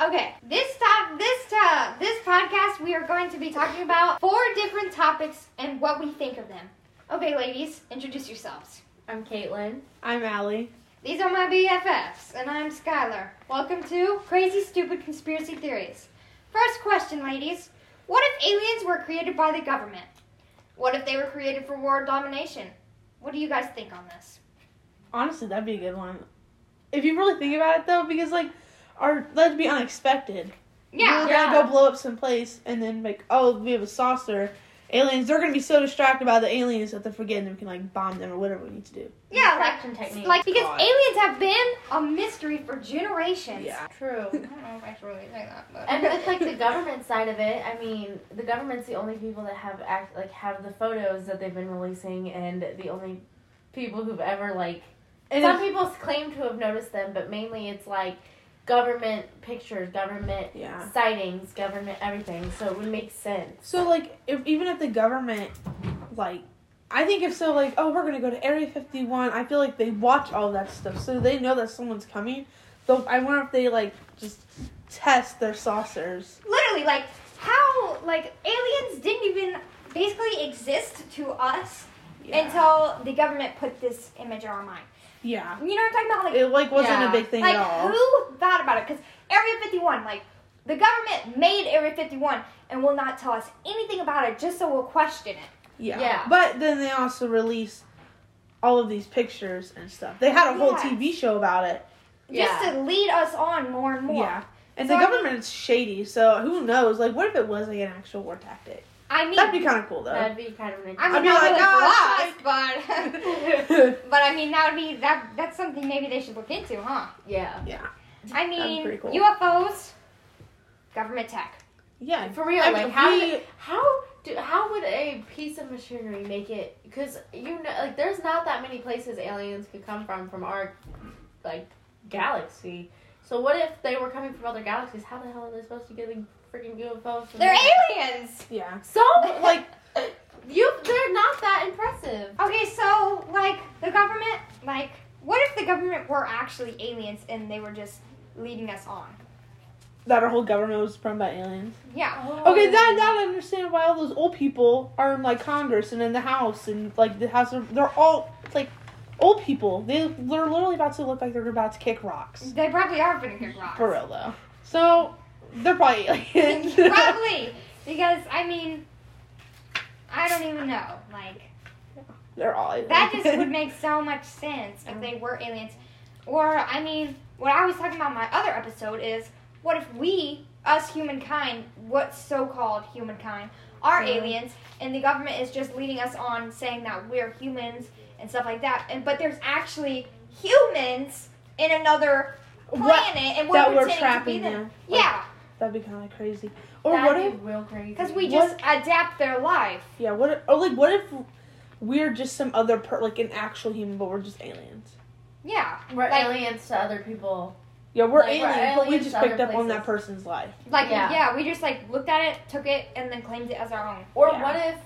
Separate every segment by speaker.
Speaker 1: Okay, this time, this time, this podcast, we are going to be talking about four different topics and what we think of them. Okay, ladies, introduce yourselves.
Speaker 2: I'm Caitlin.
Speaker 3: I'm Allie.
Speaker 1: These are my BFFs, and I'm Skylar. Welcome to Crazy Stupid Conspiracy Theories. First question, ladies What if aliens were created by the government? What if they were created for world domination? What do you guys think on this?
Speaker 3: Honestly, that'd be a good one. If you really think about it, though, because like, our that'd be unexpected.
Speaker 1: Yeah,
Speaker 3: we're
Speaker 2: yeah.
Speaker 3: gonna go blow up some place, and then like, oh, we have a saucer. Aliens, they're gonna be so distracted by the aliens that they're forgetting we can like bomb them or whatever we need to do.
Speaker 1: yeah, like
Speaker 2: Distraction technique.
Speaker 1: Like because
Speaker 3: God.
Speaker 1: aliens have been a mystery for generations.
Speaker 2: True.
Speaker 1: I don't know if I should really say that, but
Speaker 2: And with like the government side of it, I mean, the government's the only people that have act like have the photos that they've been releasing, and the only people who've ever like.
Speaker 3: And
Speaker 2: some
Speaker 3: if-
Speaker 2: people claim to have noticed them, but mainly it's like government pictures, government
Speaker 3: yeah.
Speaker 2: sightings, government everything. So it would make sense.
Speaker 3: So like, if even if the government, like, I think if so, like, oh, we're gonna go to Area Fifty One. I feel like they watch all that stuff, so they know that someone's coming. So I wonder if they like just test their saucers.
Speaker 1: literally like how like aliens didn't even basically exist to us until the government put this image in our mind.
Speaker 3: yeah.
Speaker 1: You know what I'm talking about? Like
Speaker 3: It like wasn't
Speaker 2: Yeah.
Speaker 3: a big thing
Speaker 1: like
Speaker 3: at all.
Speaker 1: who thought about it? Because Area 51, like the government made Area 51 and will not tell us anything about it, just so we'll question it.
Speaker 3: Yeah.
Speaker 2: Yeah.
Speaker 3: But then they also released all of these pictures and stuff. They had a whole
Speaker 1: Yes.
Speaker 3: TV show about it.
Speaker 1: Just to lead us on more and more.
Speaker 3: Yeah. And
Speaker 1: So
Speaker 3: the
Speaker 1: I mean-
Speaker 3: government's shady, so who knows? Like, what if it was like an actual war tactic?
Speaker 1: I mean,
Speaker 3: That'd be kind of cool, though.
Speaker 2: That'd be kind of an.
Speaker 1: I mean,
Speaker 3: I'd be
Speaker 1: not
Speaker 3: like, "Ah,
Speaker 1: really
Speaker 3: "Gosh,
Speaker 1: for us, but But I mean, that would be that. That's something maybe they should look into, huh?
Speaker 2: yeah.
Speaker 3: yeah,
Speaker 1: I
Speaker 3: be
Speaker 1: mean,
Speaker 3: pretty cool.
Speaker 1: UFOs, government tech.
Speaker 3: yeah.
Speaker 2: For real,
Speaker 3: I mean,
Speaker 2: like how
Speaker 3: we-
Speaker 2: did- how do how would a piece of machinery make it? Because you know, like there's not that many places aliens could come from from our like galaxy. So what if they were coming from other galaxies? How the hell are they supposed to get a freaking UFO? From
Speaker 1: They're
Speaker 2: there?
Speaker 1: aliens.
Speaker 3: Yeah,
Speaker 2: so
Speaker 3: But,
Speaker 2: like
Speaker 3: like
Speaker 2: you. They're not that impressive.
Speaker 1: Okay, so like the government, like what if the government were actually aliens and they were just leading us on?
Speaker 3: that our whole government was run by aliens.
Speaker 1: Yeah.
Speaker 3: Okay, that now I understand why all those old people are in like Congress and in the House and like the House. Of, they're all like old people. They they're literally about to look like they're about to kick rocks.
Speaker 1: They probably are putting kick rocks.
Speaker 3: For real though. So they're probably aliens.
Speaker 1: probably because I mean, I don't even know. Like
Speaker 3: they're all aliens.
Speaker 1: That just would make so much sense if they were aliens. Or, I mean, what I was talking about in my other episode is what if we, us humankind, what so called humankind, are
Speaker 2: Yeah.
Speaker 1: aliens and the government is just leading us on saying that we're humans and stuff like that. And But there's actually humans in another planet
Speaker 3: What-
Speaker 1: and we're
Speaker 3: that we're
Speaker 1: pretending to be
Speaker 3: trapping
Speaker 1: them.
Speaker 3: them.
Speaker 1: Yeah,
Speaker 3: That'd be kind of crazy. Or
Speaker 2: That'd
Speaker 3: what
Speaker 2: be
Speaker 3: if?
Speaker 2: real crazy?
Speaker 1: because we just adapt their life.
Speaker 3: Yeah. What? If, or like, what if we're just some other per, like an actual human, but we're just aliens?
Speaker 1: Yeah,
Speaker 2: we're
Speaker 1: like-
Speaker 2: aliens to other people.
Speaker 3: Yeah, we're
Speaker 2: Like,
Speaker 3: aliens,
Speaker 2: we're
Speaker 3: but we
Speaker 2: aliens
Speaker 3: just
Speaker 2: to
Speaker 3: picked
Speaker 2: other
Speaker 3: up on
Speaker 2: places.
Speaker 3: that person's life.
Speaker 1: like
Speaker 2: Yeah.
Speaker 1: yeah, we just like looked at it, took it, and then claimed it as our own.
Speaker 2: Or
Speaker 3: Yeah.
Speaker 2: what if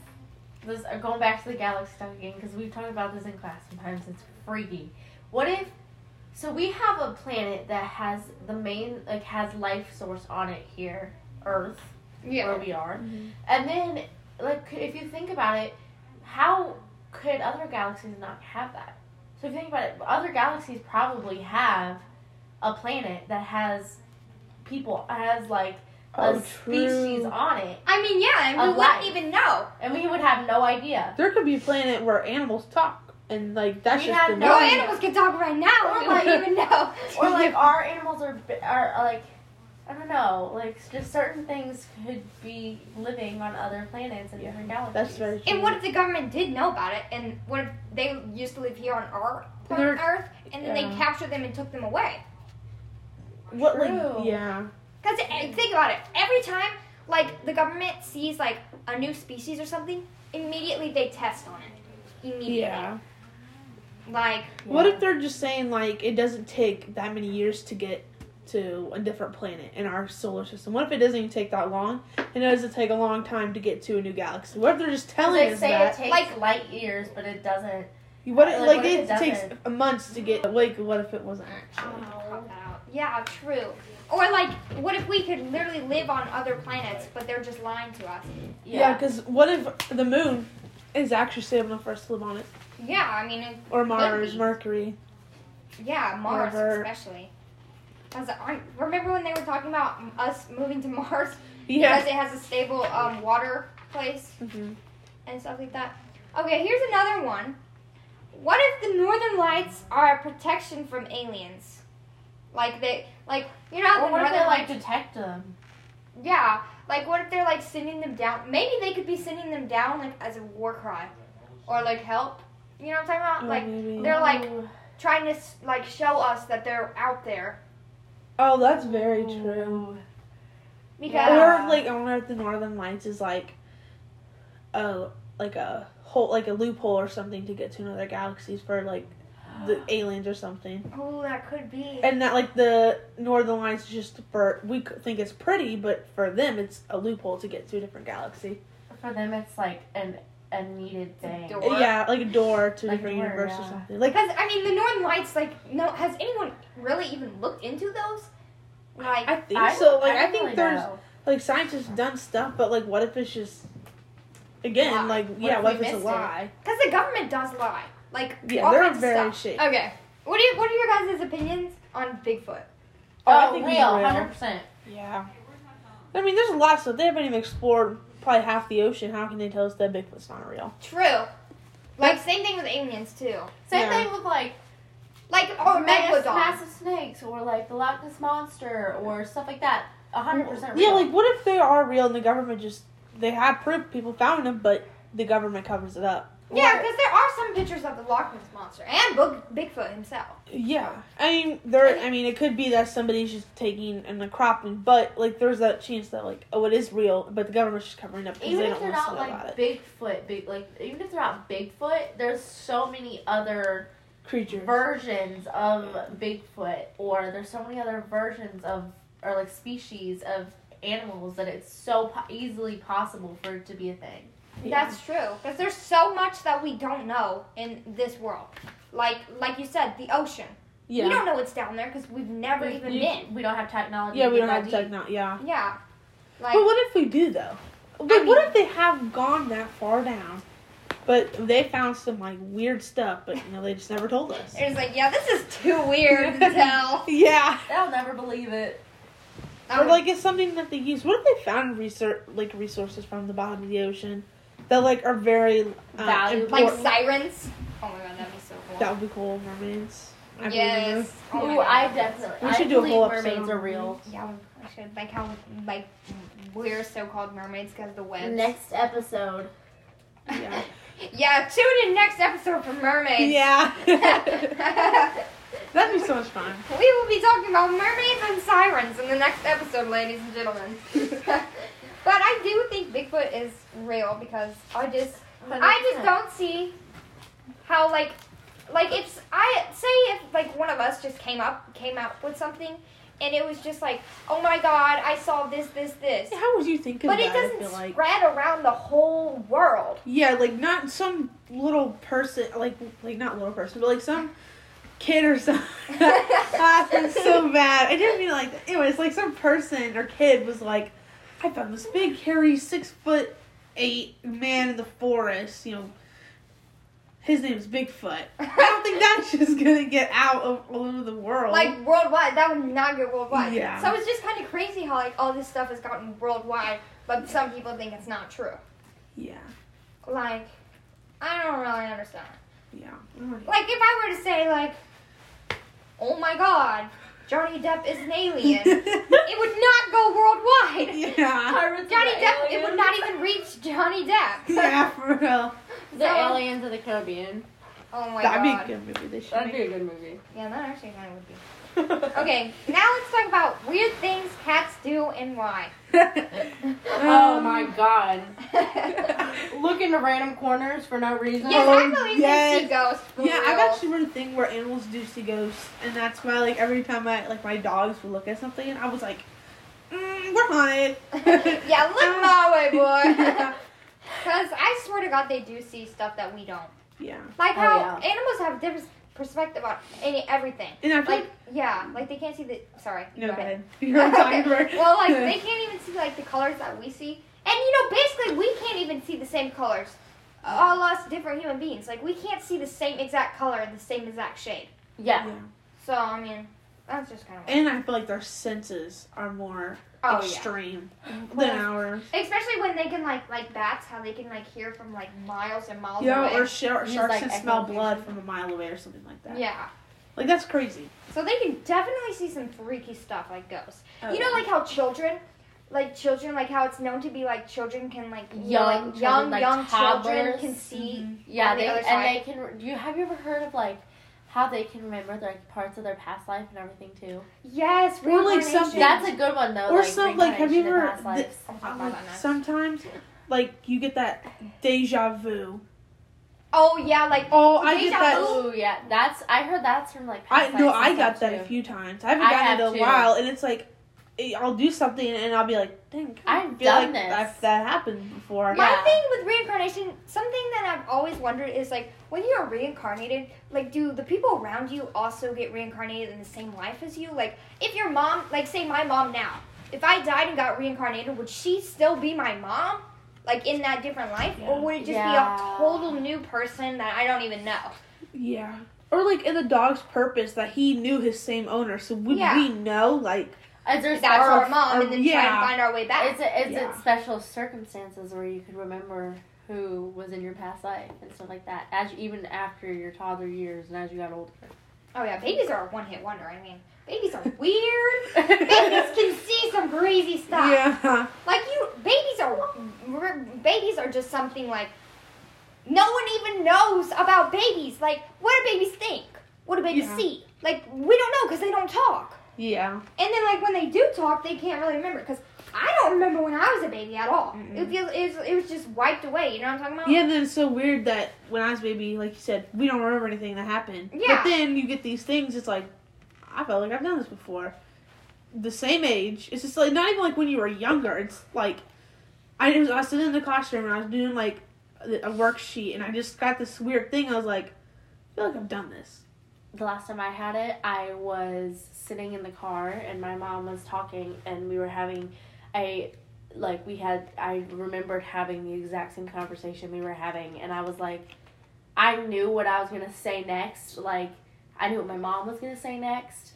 Speaker 2: this uh, going back to the galaxy stuff again because we've talked about this in class sometimes it's freaky. What if so we have a planet that has the main like has life source on it here, Earth, where we are,
Speaker 1: Mm-hmm.
Speaker 2: and then like could- if you think about it, how could other galaxies not have that? So if you think about it, other galaxies probably have a planet that has people has like a
Speaker 3: Oh,
Speaker 2: species
Speaker 3: true.
Speaker 2: on it,
Speaker 1: I mean, yeah, and we
Speaker 2: Of life.
Speaker 1: wouldn't even know.
Speaker 2: and we would have no idea.
Speaker 3: There could be a planet where animals talk, and like that's
Speaker 2: We
Speaker 3: just
Speaker 2: have
Speaker 3: the
Speaker 2: no
Speaker 1: No
Speaker 2: idea.
Speaker 1: animals can talk right now. We wouldn't even know.
Speaker 2: or like our animals are bi- are are, like I don't know, like just certain things could be living on other planets and
Speaker 3: Yeah,
Speaker 2: different galaxies.
Speaker 3: That's very. True.
Speaker 1: And what if the government did know about it? And what if they used to live here on our planet
Speaker 3: They're-
Speaker 1: Earth, and then they
Speaker 3: yeah.
Speaker 1: captured them and took them away?
Speaker 3: What
Speaker 2: True.
Speaker 3: like? Yeah.
Speaker 1: Because think about it. Every time, like the government sees like a new species or something, immediately they test on it. Immediately.
Speaker 3: Yeah.
Speaker 1: Like
Speaker 3: What if they're just saying like it doesn't take that many years to get to a different planet in our solar system? What if it doesn't even take that long? And it doesn't take a long time to get to a new galaxy. What if they're just telling
Speaker 2: they
Speaker 3: us
Speaker 2: say it
Speaker 3: that?
Speaker 2: takes
Speaker 1: Like-
Speaker 2: light years, but it doesn't.
Speaker 3: What if,
Speaker 2: like,
Speaker 3: like,
Speaker 2: what
Speaker 3: it,
Speaker 2: if it
Speaker 3: takes
Speaker 2: doesn't?
Speaker 3: months to get like what if it wasn't actually?
Speaker 1: Crop that out. Yeah, true. Or like, what if we could literally live on other planets, but they're just lying to us?
Speaker 3: Yeah, because what if the moon is actually stable enough for us to live on it?
Speaker 1: Yeah, I mean, it-
Speaker 3: Or
Speaker 1: Could
Speaker 3: Mars,
Speaker 1: be.
Speaker 3: Mercury.
Speaker 1: yeah, Mars
Speaker 3: Never.
Speaker 1: especially. Because I remember when they were talking about us moving to Mars
Speaker 3: Yeah.
Speaker 1: because it has a stable um, water place
Speaker 3: Mhm.
Speaker 1: and stuff like that. Okay, here's another one. What if the Northern Lights are a protection from aliens? Like they, like you know, how
Speaker 2: Or
Speaker 1: the
Speaker 2: what if
Speaker 1: Northern
Speaker 2: they like
Speaker 1: Lights-
Speaker 2: detect them?
Speaker 1: Yeah, like what if they're like sending them down? Maybe they could be sending them down like as a war cry, or like help. You know what I'm talking about?
Speaker 3: Or
Speaker 1: Like
Speaker 2: Mm.
Speaker 3: maybe-
Speaker 1: They're like-
Speaker 2: Ooh.
Speaker 1: trying to s- like show us that they're out there
Speaker 3: oh, that's very true.
Speaker 1: because
Speaker 2: Yeah.
Speaker 3: Or like I wonder if the Northern Lights is like a like a hole like a loophole or something to get to another galaxies for like the aliens or something.
Speaker 1: oh, that could be.
Speaker 3: And that like the Northern Lights is just for we c- think it's pretty, but for them it's a loophole to get to a different galaxy.
Speaker 2: For them, it's like an a needed thing.
Speaker 1: Door. Or-
Speaker 3: yeah, like a door to a
Speaker 2: Like a
Speaker 3: different
Speaker 2: door,
Speaker 3: universe or
Speaker 2: yeah.
Speaker 3: something. Like
Speaker 1: Because I mean, the Northern Lights, like, no, has anyone really even looked into those? Like,
Speaker 3: I think
Speaker 2: I-
Speaker 3: so. Like
Speaker 2: don't
Speaker 3: I, think
Speaker 2: really
Speaker 3: there's
Speaker 2: know.
Speaker 3: like scientists have done stuff, but like what if it's just again
Speaker 1: Lie.
Speaker 3: like
Speaker 2: What
Speaker 3: yeah,
Speaker 2: if
Speaker 3: what
Speaker 2: we
Speaker 3: if it's a
Speaker 2: missed it?
Speaker 3: lie?
Speaker 1: because the government does lie. Like,
Speaker 3: Yeah,
Speaker 1: all
Speaker 3: they're
Speaker 1: kinds of
Speaker 3: very
Speaker 1: stuff.
Speaker 3: shady.
Speaker 1: Okay, what do you? What are your guys' opinions on Bigfoot?
Speaker 2: Oh,
Speaker 3: I think it's
Speaker 2: real, hundred percent.
Speaker 3: Yeah. I mean, there's a lot of stuff. They haven't even explored probably half the ocean. How can they tell us that Bigfoot's not real?
Speaker 1: True. Like, same thing with aliens too.
Speaker 2: Same
Speaker 3: Yeah.
Speaker 2: thing with like
Speaker 1: Like, or
Speaker 2: mass-
Speaker 1: Megalodon.
Speaker 2: massive snakes, or like the Loch Ness monster, or stuff like that. hundred percent.
Speaker 3: Yeah, like, what if they are real and the government just. They have proof people found them, but the government covers it up?
Speaker 1: Yeah, because there are some pictures of the Loch Ness monster and Bo- Bigfoot himself.
Speaker 3: Yeah. I mean, there. I mean, it could be that somebody's just taking and cropping, but, like, there's that chance that, like, oh, it is real, but the government's just covering it up because
Speaker 2: even
Speaker 3: they
Speaker 2: if
Speaker 3: don't
Speaker 2: they're
Speaker 3: want us to
Speaker 2: not
Speaker 3: know about
Speaker 2: like
Speaker 3: it.
Speaker 2: Bigfoot, big like even if they're not Bigfoot, there's so many other
Speaker 3: Creatures.
Speaker 2: versions of Bigfoot, or there's so many other versions of or like species of animals that it's so po- easily possible for it to be a thing.
Speaker 3: Yeah.
Speaker 1: That's true, because there's so much that we don't know in this world. Like, like you said, the ocean.
Speaker 3: yeah.
Speaker 1: We don't know what's down there because we've never
Speaker 2: We-
Speaker 1: even
Speaker 2: we,
Speaker 1: been.
Speaker 2: we don't have technology.
Speaker 3: yeah,
Speaker 2: to
Speaker 3: we
Speaker 2: get
Speaker 3: don't have
Speaker 2: that deep.
Speaker 3: technology. Yeah.
Speaker 1: Yeah. Like,
Speaker 3: But what if we do though? But
Speaker 1: mean-
Speaker 3: what if they have gone that far down, but they found some like weird stuff, but you know they just never told us.
Speaker 1: it's like, yeah, this is too weird to tell.
Speaker 3: Yeah,
Speaker 2: They'll never believe it.
Speaker 1: Um,
Speaker 3: or like it's something that they use. What if they found research like resources from the bottom of the ocean that like are very uh,
Speaker 2: Valuable.
Speaker 1: like
Speaker 3: important?
Speaker 1: sirens. Oh my god, that'd be so cool.
Speaker 3: that would be cool, mermaids. I believe in
Speaker 1: yes.
Speaker 3: you.
Speaker 1: Oh my
Speaker 2: Ooh,
Speaker 1: God.
Speaker 2: I definitely.
Speaker 3: We
Speaker 2: I
Speaker 3: should do a
Speaker 2: believe
Speaker 3: whole episode
Speaker 2: mermaids
Speaker 3: on
Speaker 2: are real.
Speaker 1: Yeah, we should like how like we're so-called mermaids because the webs.
Speaker 2: Next episode.
Speaker 3: Yeah.
Speaker 1: yeah, tune in next episode for mermaids.
Speaker 3: Yeah, that'd be so much fun.
Speaker 1: We will be talking about mermaids and sirens in the next episode, ladies and gentlemen. but I do think Bigfoot is real because I just I just
Speaker 2: 100%.
Speaker 1: don't see how like like if I say if like one of us just came up came out with something and it was just like, "Oh my god, I saw this this this."
Speaker 3: How would you think of
Speaker 1: But
Speaker 3: that?
Speaker 1: it
Speaker 3: I
Speaker 1: doesn't
Speaker 3: feel like?
Speaker 1: spread around the whole world.
Speaker 3: Yeah, like not some little person, like like not little person, but like some kid or something. ah, that's so bad. I didn't mean it like that. Anyways, like some person or kid was like, I found this big, hairy, six foot eight man in the forest. You know, his name's Bigfoot. I don't think that's just gonna get out of all over the world.
Speaker 1: like worldwide. That would not get worldwide.
Speaker 3: Yeah.
Speaker 1: So it's just kind of crazy how like all this stuff has gotten worldwide, but some people think it's not true.
Speaker 3: yeah,
Speaker 1: Like, I don't really understand.
Speaker 3: yeah. Alright.
Speaker 1: Like if I were to say like, oh my God, Johnny Depp is an alien, it would not go worldwide.
Speaker 3: yeah,
Speaker 2: Pirates
Speaker 1: Johnny
Speaker 2: and the
Speaker 1: Depp, it would
Speaker 2: aliens.
Speaker 1: not even reach Johnny Depp.
Speaker 3: yeah, for real.
Speaker 2: The
Speaker 1: So-
Speaker 2: aliens of the Caribbean.
Speaker 1: Oh my
Speaker 3: That'd
Speaker 1: God.
Speaker 3: be a good movie. They should
Speaker 2: That'd be
Speaker 3: make.
Speaker 2: a good movie.
Speaker 1: Yeah, that actually kind of would be.
Speaker 3: okay.
Speaker 1: Okay, now let's talk about weird things cats do and why.
Speaker 2: Oh
Speaker 3: Um,
Speaker 2: my god.
Speaker 1: yes,
Speaker 2: Look into random corners for no reason.
Speaker 1: I believe they see
Speaker 3: Oh, yes.
Speaker 1: ghosts. for
Speaker 3: Yeah, I've
Speaker 1: real.
Speaker 3: actually read a thing where animals do see ghosts, and that's why like every time I like my dogs would look at something, I was like, mm, "We're haunted."
Speaker 1: yeah, look my way, boy.
Speaker 3: yeah.
Speaker 1: Because I swear to God, they do see stuff that we don't.
Speaker 3: yeah,
Speaker 1: Like
Speaker 2: Oh,
Speaker 1: how
Speaker 2: yeah.
Speaker 1: animals have different. perspective on any everything.
Speaker 3: And I feel
Speaker 1: Like yeah, like they can't see the. Sorry.
Speaker 3: no,
Speaker 1: go
Speaker 3: go
Speaker 1: ahead.
Speaker 3: ahead. You're on time for-
Speaker 1: well, like they can't even see like the colors that we see, and you know, basically we can't even see the same colors. All us different human beings, like we can't see the same exact color and the same exact shade.
Speaker 2: Yeah.
Speaker 3: Yeah.
Speaker 1: So I mean, that's just kind of
Speaker 3: And I feel like their senses are more
Speaker 1: oh yeah.
Speaker 3: extreme
Speaker 1: Well,
Speaker 3: than ours.
Speaker 1: Especially when they can like like bats, how they can like hear from like miles and miles
Speaker 3: Yeah,
Speaker 1: away.
Speaker 3: or shar-
Speaker 2: Use,
Speaker 3: sharks
Speaker 2: like,
Speaker 3: can smell
Speaker 2: echolocation.
Speaker 3: blood from a mile away or something like that.
Speaker 1: yeah.
Speaker 3: Like that's crazy.
Speaker 1: So they can definitely see some freaky stuff like ghosts.
Speaker 3: Oh,
Speaker 1: you know, like how children, like children, like how it's known to be like children can like you know,
Speaker 2: Young
Speaker 1: like young
Speaker 2: children, like
Speaker 1: young children
Speaker 2: toddlers.
Speaker 1: can see.
Speaker 3: Mm-hmm.
Speaker 2: Yeah,
Speaker 1: On the
Speaker 2: they,
Speaker 1: other
Speaker 2: and they can. Do you have you ever heard of like how they can remember like parts of their past life and everything too?
Speaker 1: Yes,
Speaker 3: Or, like,
Speaker 1: reincarnation.
Speaker 3: something-
Speaker 2: That's a good one though.
Speaker 3: Or some- like, have you
Speaker 2: reincarnation of
Speaker 3: ever-
Speaker 2: past lives.
Speaker 1: I'll talk
Speaker 3: I'm
Speaker 1: about
Speaker 3: like,
Speaker 1: that next.
Speaker 3: sometimes, like you get that deja vu.
Speaker 1: oh yeah, like
Speaker 3: Oh, I
Speaker 1: Deja
Speaker 3: get that.
Speaker 1: vu?
Speaker 2: Oh yeah, that's I heard that's from like.
Speaker 3: I
Speaker 2: past
Speaker 3: no,
Speaker 2: lives and
Speaker 3: I got
Speaker 2: stuff,
Speaker 3: that a
Speaker 2: too.
Speaker 3: few times. I haven't
Speaker 2: I
Speaker 3: gotten
Speaker 2: have
Speaker 3: it in a
Speaker 2: too.
Speaker 3: while, and it's like it- I'll do something and I'll be like, dang, I
Speaker 2: I've
Speaker 3: feel like
Speaker 2: done this.
Speaker 3: That, that happened before.
Speaker 1: my
Speaker 2: yeah.
Speaker 1: thing with reincarnation. Something that I've always wondered is like when you are reincarnated, like do the people around you also get reincarnated in the same life as you? Like if your mom, like say my mom now, if I died and got reincarnated, would she still be my mom? Like in that different life,
Speaker 3: Yeah.
Speaker 1: or would it just be
Speaker 2: Yeah.
Speaker 1: a total new person that I don't even know?
Speaker 3: Yeah. Or like in the dog's purpose that he knew his same owner, so would
Speaker 1: Yeah.
Speaker 3: we know like
Speaker 2: Is there
Speaker 1: That's our,
Speaker 2: special-
Speaker 1: mom,
Speaker 3: or-
Speaker 1: and then try
Speaker 3: yeah.
Speaker 1: and find our way back.
Speaker 2: Is it is
Speaker 3: Yeah.
Speaker 2: it special circumstances where you could remember who was in your past life and stuff like that, as even after your toddler years and as you got older?
Speaker 1: oh yeah, babies are a one-hit wonder. I mean, babies are weird. babies can see some crazy stuff.
Speaker 3: Yeah.
Speaker 1: Like you, babies are r- babies are just something like no one even knows about babies. Like what do babies think? What do babies
Speaker 3: Yeah.
Speaker 1: see? Like we don't know because they don't talk.
Speaker 3: Yeah.
Speaker 1: And then like when they do talk, they can't really remember because I don't remember when I was a baby at all.
Speaker 3: Mm-mm.
Speaker 1: It, feels it, was, it was just wiped away. You know what I'm talking about?
Speaker 3: Yeah, and then it's so weird that when I was a baby, like you said, we don't remember anything that happened.
Speaker 1: Yeah.
Speaker 3: But then you get these things, it's like I felt like I've done this before. The same age. It's just like not even like when you were younger, it's like I was I was sitting in the classroom and I was doing like a a worksheet and I just got this weird thing, I was like, I feel like I've done this.
Speaker 2: The last time I had it, I was sitting in the car and my mom was talking and we were having a like we had I remembered having the exact same conversation we were having and I was like I knew what I was going to say next, like I knew what my mom was going to say next.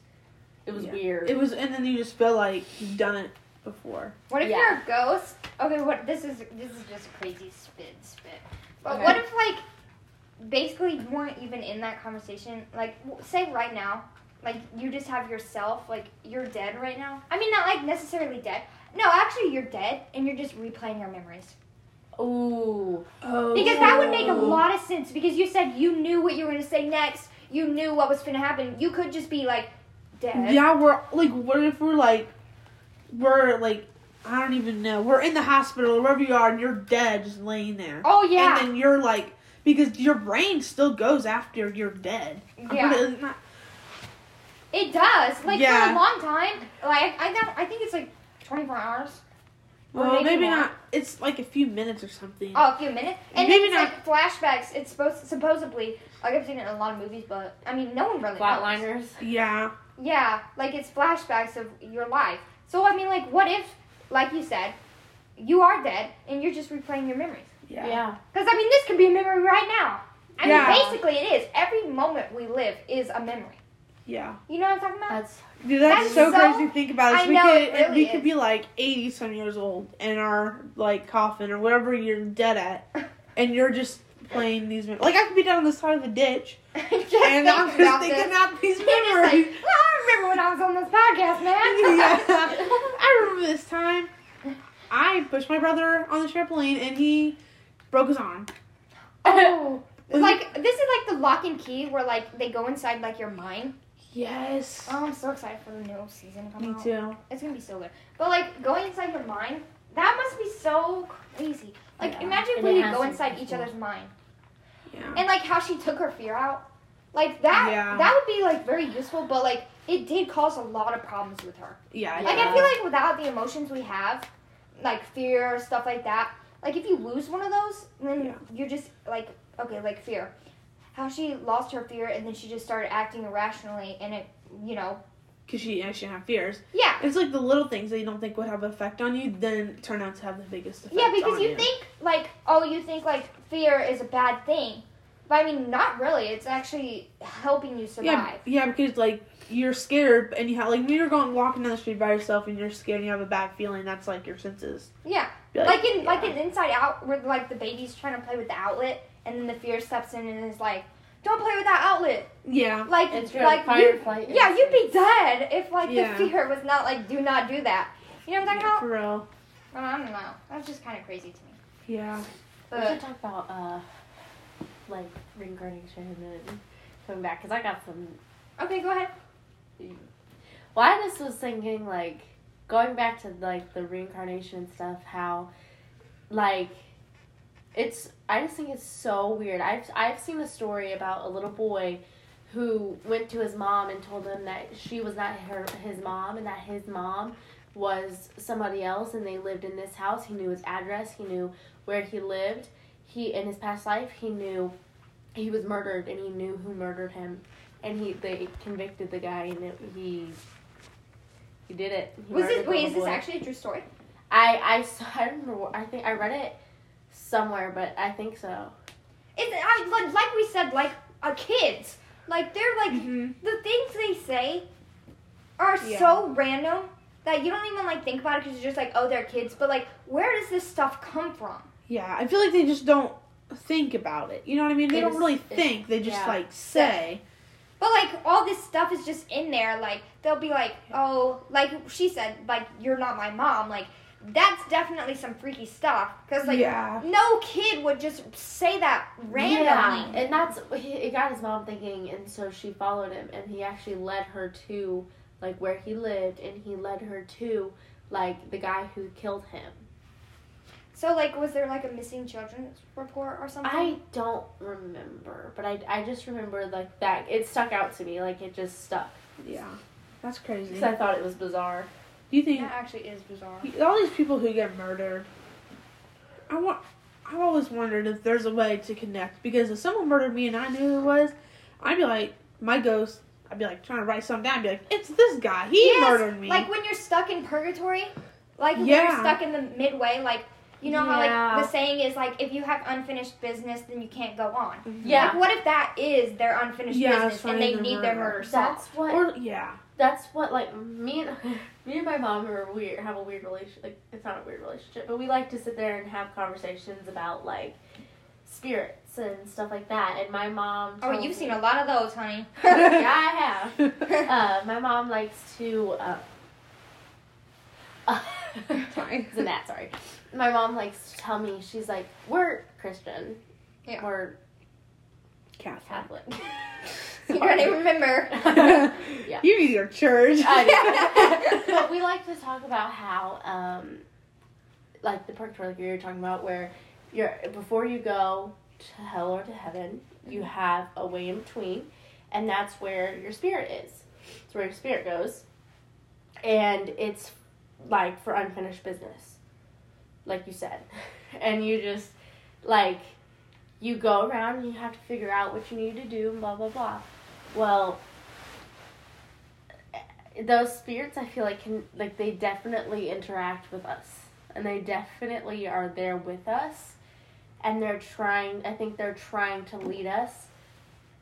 Speaker 2: It was
Speaker 3: Yeah.
Speaker 2: weird.
Speaker 3: It was and then you just feel like you've done it before.
Speaker 1: What if
Speaker 2: Yeah.
Speaker 1: you're a ghost? Okay, what this is this is just a crazy spin spit. But
Speaker 2: Okay.
Speaker 1: what if like basically you weren't even in that conversation? Like w- say right now, like you just have yourself, like you're dead right now. I mean not like necessarily dead. No, actually you're dead and you're just replaying your memories.
Speaker 2: Ooh.
Speaker 3: Oh.
Speaker 1: Because that would make a lot of sense because you said you knew what you were gonna say next, you knew what was gonna happen. You could just be like dead.
Speaker 3: Yeah, we're like, what if we're like, we're like, I don't even know. We're in the hospital or wherever you are, and you're dead, just laying there.
Speaker 1: Oh yeah.
Speaker 3: And then you're like, because your brain still goes after you're dead.
Speaker 1: yeah.
Speaker 3: But it's not-
Speaker 1: It does. Like for
Speaker 3: Yeah.
Speaker 1: a long time. Like I got, I think it's like 24 hours. Or
Speaker 3: well, maybe,
Speaker 1: more.
Speaker 3: not. It's like a few minutes or something.
Speaker 1: Oh, a few minutes. And
Speaker 3: Maybe
Speaker 1: it's like flashbacks. It's supposed supposedly like I've seen it in a lot of movies, but I mean no one really knows.
Speaker 2: Flatliners.
Speaker 3: Yeah.
Speaker 1: Yeah, like it's flashbacks of your life. So I mean like what if like you said you are dead and you're just replaying your memories.
Speaker 3: Yeah.
Speaker 2: Yeah.
Speaker 1: Cuz I mean this could be a memory right now. I
Speaker 3: Yeah.
Speaker 1: mean basically it is. Every moment we live is a memory.
Speaker 3: Yeah.
Speaker 1: You know what I'm talking about?
Speaker 2: That's
Speaker 3: Dude, that's,
Speaker 1: That's
Speaker 3: so,
Speaker 1: so-
Speaker 3: crazy to think about.
Speaker 1: I
Speaker 3: Is we
Speaker 1: know,
Speaker 3: could
Speaker 1: it
Speaker 3: and we
Speaker 1: really
Speaker 3: could
Speaker 1: is.
Speaker 3: be like eighty some years old in our like coffin or wherever you're dead at, and you're just playing these. mem- Like I could be down on the side of a ditch,
Speaker 1: just and
Speaker 3: and I'm just thinking about these
Speaker 1: You're just
Speaker 3: memories.
Speaker 1: like, well, I remember when I was on this podcast, man.
Speaker 3: Yeah. I remember this time I pushed my brother on the trampoline and he broke his arm.
Speaker 1: oh. Like this is like the lock and key where like they go inside like your mind.
Speaker 3: Yes.
Speaker 1: Oh, I'm so excited for the new season to come
Speaker 3: Me
Speaker 1: out.
Speaker 3: too.
Speaker 1: It's gonna be so good. But like going inside your mind, that must be so crazy. Like
Speaker 3: Yeah.
Speaker 1: imagine if
Speaker 2: And
Speaker 1: we
Speaker 2: it
Speaker 1: could
Speaker 2: has
Speaker 1: go
Speaker 2: to be
Speaker 1: inside each
Speaker 2: cool.
Speaker 1: other's mind.
Speaker 3: Yeah.
Speaker 1: And like how she took her fear out. Like that
Speaker 3: Yeah.
Speaker 1: that would be like very useful, but like it did cause a lot of problems with her.
Speaker 3: yeah.
Speaker 1: Like
Speaker 2: Yeah.
Speaker 1: I feel like without the emotions we have, like fear, stuff like that, like if you lose one of those, then
Speaker 3: Yeah.
Speaker 1: you're just like okay, like fear. how she lost her fear and then she just started acting irrationally and it, you know,
Speaker 3: because she actually have fears.
Speaker 1: yeah.
Speaker 3: It's like the little things that you don't think would have an effect on you, then turn out to have the biggest effect.
Speaker 1: Yeah, because
Speaker 3: on
Speaker 1: you think like, oh, you think like fear is a bad thing. But I mean, not really. It's actually helping you survive.
Speaker 3: Yeah, yeah, because like you're scared, and you have like when you're going walking down the street by yourself, and you're scared, and you have a bad feeling. That's like your senses.
Speaker 1: Yeah.
Speaker 3: Be
Speaker 1: Like in like
Speaker 3: yeah.
Speaker 1: in Inside Out, where like the baby's trying to play with the outlet, and then the fear steps in and is like, "Don't play with that outlet."
Speaker 3: yeah,
Speaker 1: Like
Speaker 2: It's your
Speaker 1: like
Speaker 2: fight
Speaker 1: you,
Speaker 2: or flight
Speaker 1: yeah, you'd be
Speaker 2: instinct.
Speaker 1: dead if like
Speaker 3: Yeah.
Speaker 1: the fear was not like, "Do not do that." You know what I'm talking
Speaker 3: yeah,
Speaker 1: about?
Speaker 3: for real.
Speaker 1: Well, I don't know. That's just kind of crazy to me.
Speaker 3: Yeah,
Speaker 2: We should
Speaker 1: But
Speaker 2: talk about uh, like reincarnation and coming back because I got some.
Speaker 1: okay, go ahead.
Speaker 2: Well, I just was thinking like going back to like the reincarnation and stuff. How like it's I just think it's so weird. I've I've seen a story about a little boy who went to his mom and told him that she was not her his mom and that his mom was somebody else and they lived in this house. He knew his address. He knew where he lived. He in his past life he knew he was murdered and he knew who murdered him. And he they convicted the guy and it, he he did it. He
Speaker 1: Was
Speaker 2: murdered
Speaker 1: this
Speaker 2: the
Speaker 1: wait?
Speaker 2: little
Speaker 1: Is this
Speaker 2: boy.
Speaker 1: actually a true story?
Speaker 2: I I saw, I don't remember. wh- I think I read it somewhere, but I think so.
Speaker 1: It's I, like, like we said, like uh, kids, like they're like
Speaker 3: Mhm.
Speaker 1: the things they say are
Speaker 3: Yeah.
Speaker 1: so random that you don't even like think about it because you're just like, oh, they're kids. But like, where does this stuff come from?
Speaker 3: yeah. I feel like they just don't think about it. You know what I mean? They
Speaker 2: They
Speaker 3: don't
Speaker 2: just-
Speaker 3: really
Speaker 2: it-
Speaker 3: think. They just
Speaker 2: yeah.
Speaker 3: like say.
Speaker 1: But like, all this stuff is just in there. Like, they'll be like, oh, like she said, like you're not my mom. Like, that's definitely some freaky stuff because like.
Speaker 3: yeah,
Speaker 1: No kid would just say that randomly.
Speaker 2: Yeah, and that's he, it got his mom thinking, and so she followed him, and he actually led her to like where he lived, and he led her to like the guy who killed him.
Speaker 1: So, like, was there like a missing children's report or something?
Speaker 2: I don't remember, but I I just remember like that it stuck out to me, like it just stuck
Speaker 3: yeah. That's crazy.
Speaker 2: because I thought it was bizarre.
Speaker 3: Do you think
Speaker 1: that actually is bizarre.
Speaker 3: all these people who get murdered? I want. I've always wondered if there's a way to connect because if someone murdered me and I knew who it was, I'd be like my ghost. I'd be like trying to write something down. I'd be like, it's this guy. He
Speaker 1: Yes,
Speaker 3: murdered me.
Speaker 1: Like when you're stuck in purgatory, like when
Speaker 3: Yeah.
Speaker 1: you're stuck in the midway, like you know how
Speaker 2: Yeah.
Speaker 1: like the saying is like if you have unfinished business, then you can't go on.
Speaker 3: Mhm.
Speaker 2: Yeah.
Speaker 1: Like what if that is their unfinished
Speaker 3: Yeah, it's
Speaker 1: business and they
Speaker 3: finding the
Speaker 1: need their
Speaker 3: murderer.
Speaker 1: murder solved?
Speaker 2: That's what
Speaker 3: Or yeah.
Speaker 2: that's what like me and me and my mom are weird have a weird relationship like it's not a weird relationship but we like to sit there and have conversations about like spirits and stuff like that and my mom
Speaker 1: Oh,
Speaker 2: tells
Speaker 1: you've seen
Speaker 2: me-
Speaker 1: a lot of those, honey.
Speaker 2: yeah i have uh, my mom likes to. Uh,
Speaker 3: Sorry.
Speaker 2: it's a gnat, sorry. My mom likes to tell me, she's like, we're Christian.
Speaker 1: Yeah.
Speaker 2: We're
Speaker 3: Catholic.
Speaker 2: Catholic.
Speaker 1: you gotta remember.
Speaker 2: Yeah.
Speaker 3: You need your church.
Speaker 2: Uh, I know. but we like to talk about how, um, like the purgatory, like you were talking about, where you're before you go to hell or to heaven, you have a way in between, and that's where your spirit is. It's where your spirit goes, and it's like for unfinished business, like you said, and you just like you go around and you have to figure out what you need to do and blah blah blah. Well, those spirits I feel like can like they definitely interact with us and they definitely are there with us and they're trying I think they're trying to lead us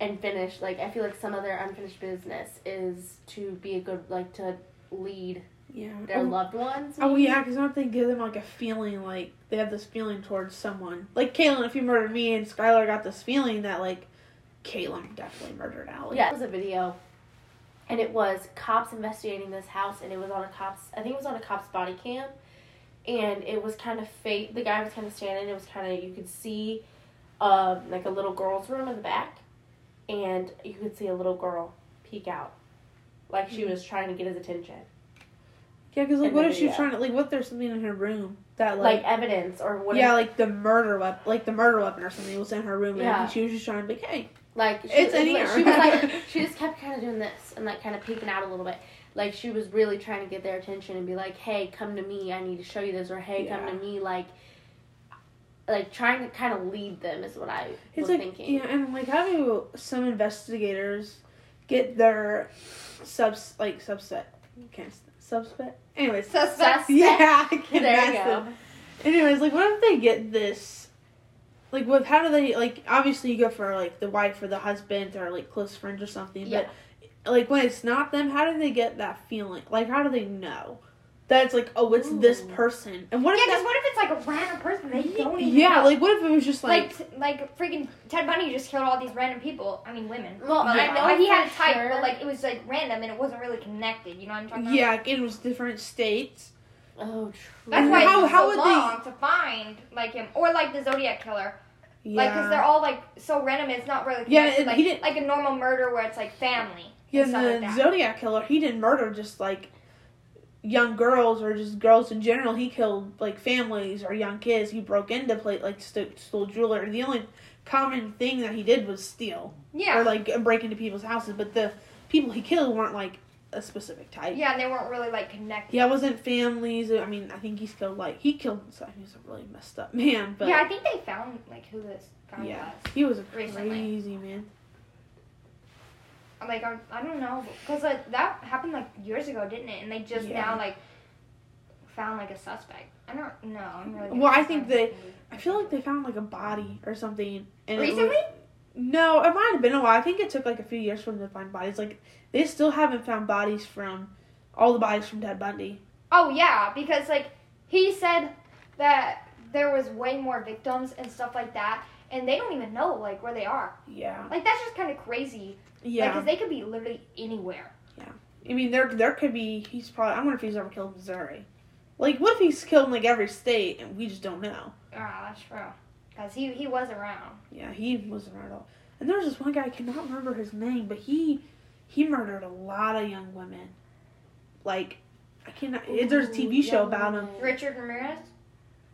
Speaker 2: and finish like I feel like some of their unfinished business is to be a good like to lead
Speaker 3: yeah.
Speaker 2: their
Speaker 3: Oh,
Speaker 2: loved ones.
Speaker 3: Oh yeah, because don't they give them like a feeling like they have this feeling towards someone? Like Caitlin, if you murdered me and Skylar got this feeling that like Caitlin definitely murdered Allie.
Speaker 2: Yeah, it was a video, and it was cops investigating this house, and it was on a cop's. I think it was on a cop's body cam, and it was kind of fake. The guy was kind of standing. It was kind of you could see, um, like a little girl's room in the back, and you could see a little girl peek out, like
Speaker 3: Mm-hmm.
Speaker 2: she was trying to get his attention,
Speaker 3: Yeah, because like,
Speaker 2: And
Speaker 3: what
Speaker 2: then
Speaker 3: if she was
Speaker 2: they- uh,
Speaker 3: trying to like, what if there's something in her room that
Speaker 2: like,
Speaker 3: like,
Speaker 2: evidence or whatever.
Speaker 3: yeah, like the murder weapon, like the murder weapon or something was in her room,
Speaker 2: Yeah.
Speaker 3: and she was just trying to be like, hey,
Speaker 2: Like she,
Speaker 3: It's in
Speaker 2: like,
Speaker 3: here.
Speaker 2: she was like she just kept kind of doing this and like kind of peeking out a little bit. Like she was really trying to get their attention and be like, "Hey, come to me. I need to show you this." Or, "Hey, come
Speaker 3: Yeah.
Speaker 2: to me." Like like trying to kind of lead them is what I
Speaker 3: It's
Speaker 2: was
Speaker 3: like
Speaker 2: thinking.
Speaker 3: yeah, and like how do some investigators get their subs like subset? Can't s- subset. Anyways,
Speaker 1: Suspect.
Speaker 3: yeah, I can't
Speaker 2: There you
Speaker 3: ask
Speaker 2: go.
Speaker 3: them. Anyways, like what if they get this? Like, with how do they like? Obviously, you go for like the wife or the husband or like close friends or something.
Speaker 2: Yeah.
Speaker 3: But like when it's not them, how do they get that feeling? Like, how do they know that it's like, oh, it's this
Speaker 2: Ooh.
Speaker 3: person? And what
Speaker 1: Yeah,
Speaker 3: if
Speaker 1: because
Speaker 3: that?
Speaker 1: what if it's like a random person they don't even
Speaker 3: Yeah,
Speaker 1: know?
Speaker 3: like what if it was just like
Speaker 1: like t- like freaking Ted Bundy just killed all these random people. I mean, women.
Speaker 2: Well,
Speaker 3: I
Speaker 2: know
Speaker 1: he had a
Speaker 2: for
Speaker 1: type,
Speaker 2: sure-
Speaker 1: but like it was like random and it wasn't really connected. You know what I'm talking about?
Speaker 3: Yeah, it was different states.
Speaker 2: Oh, true.
Speaker 1: That's
Speaker 3: And
Speaker 1: why
Speaker 3: how-
Speaker 1: it took
Speaker 3: how
Speaker 1: so
Speaker 3: would they-
Speaker 1: long to find like him or like the Zodiac killer.
Speaker 3: Yeah,
Speaker 1: Like, cause they're all like so random. It's not really
Speaker 3: Yeah,
Speaker 1: connected.
Speaker 3: and
Speaker 1: like,
Speaker 3: he didn't-
Speaker 1: like a normal murder where it's like family.
Speaker 3: yeah.
Speaker 1: and
Speaker 3: and
Speaker 1: stuff
Speaker 3: The
Speaker 1: like that.
Speaker 3: Zodiac killer, he didn't murder just like young girls or just girls in general. He killed like families or young kids. He broke into play like st- stole jewelry. The only common thing that he did was steal
Speaker 1: Yeah,
Speaker 3: or like break into people's houses. But the people he killed weren't like a specific type.
Speaker 1: yeah, and they weren't really like connected.
Speaker 3: Yeah, it wasn't families. I mean, I think he's killed like he killed. So he was a really messed up man, but
Speaker 1: yeah, I think they found like who this found
Speaker 3: Yeah.
Speaker 1: was.
Speaker 3: he was a
Speaker 1: Recently.
Speaker 3: crazy man.
Speaker 1: I'm like I'm, I don't know because like that happened like years ago, didn't it? And they just
Speaker 3: Yeah.
Speaker 1: now like found like a suspect. I don't know. I'm really
Speaker 3: Well, I think they- I feel like they found like a body or something. And it was-
Speaker 1: recently.
Speaker 3: No, it might have been a while. I think it took like a few years for them to find bodies. Like they still haven't found bodies from all the bodies from Ted Bundy.
Speaker 1: Oh yeah, because like he said that there was way more victims and stuff like that, and they don't even know like where they are.
Speaker 3: Yeah,
Speaker 1: Like that's just kind of crazy. Yeah,
Speaker 3: yeah.
Speaker 1: because they could be literally anywhere.
Speaker 3: I mean, there there could be. He's probably. I wonder if he's ever killed Missouri. Like, what if he's killed in like every state and we just don't know?
Speaker 1: Ah, that's true. Because he he was around.
Speaker 3: Yeah, he wasn't around at all. And there was this one guy I cannot remember his name, but he he murdered a lot of young women. Like, I cannot. there's a TV show
Speaker 2: Ooh,
Speaker 3: about him.
Speaker 2: young woman.
Speaker 1: Richard Ramirez.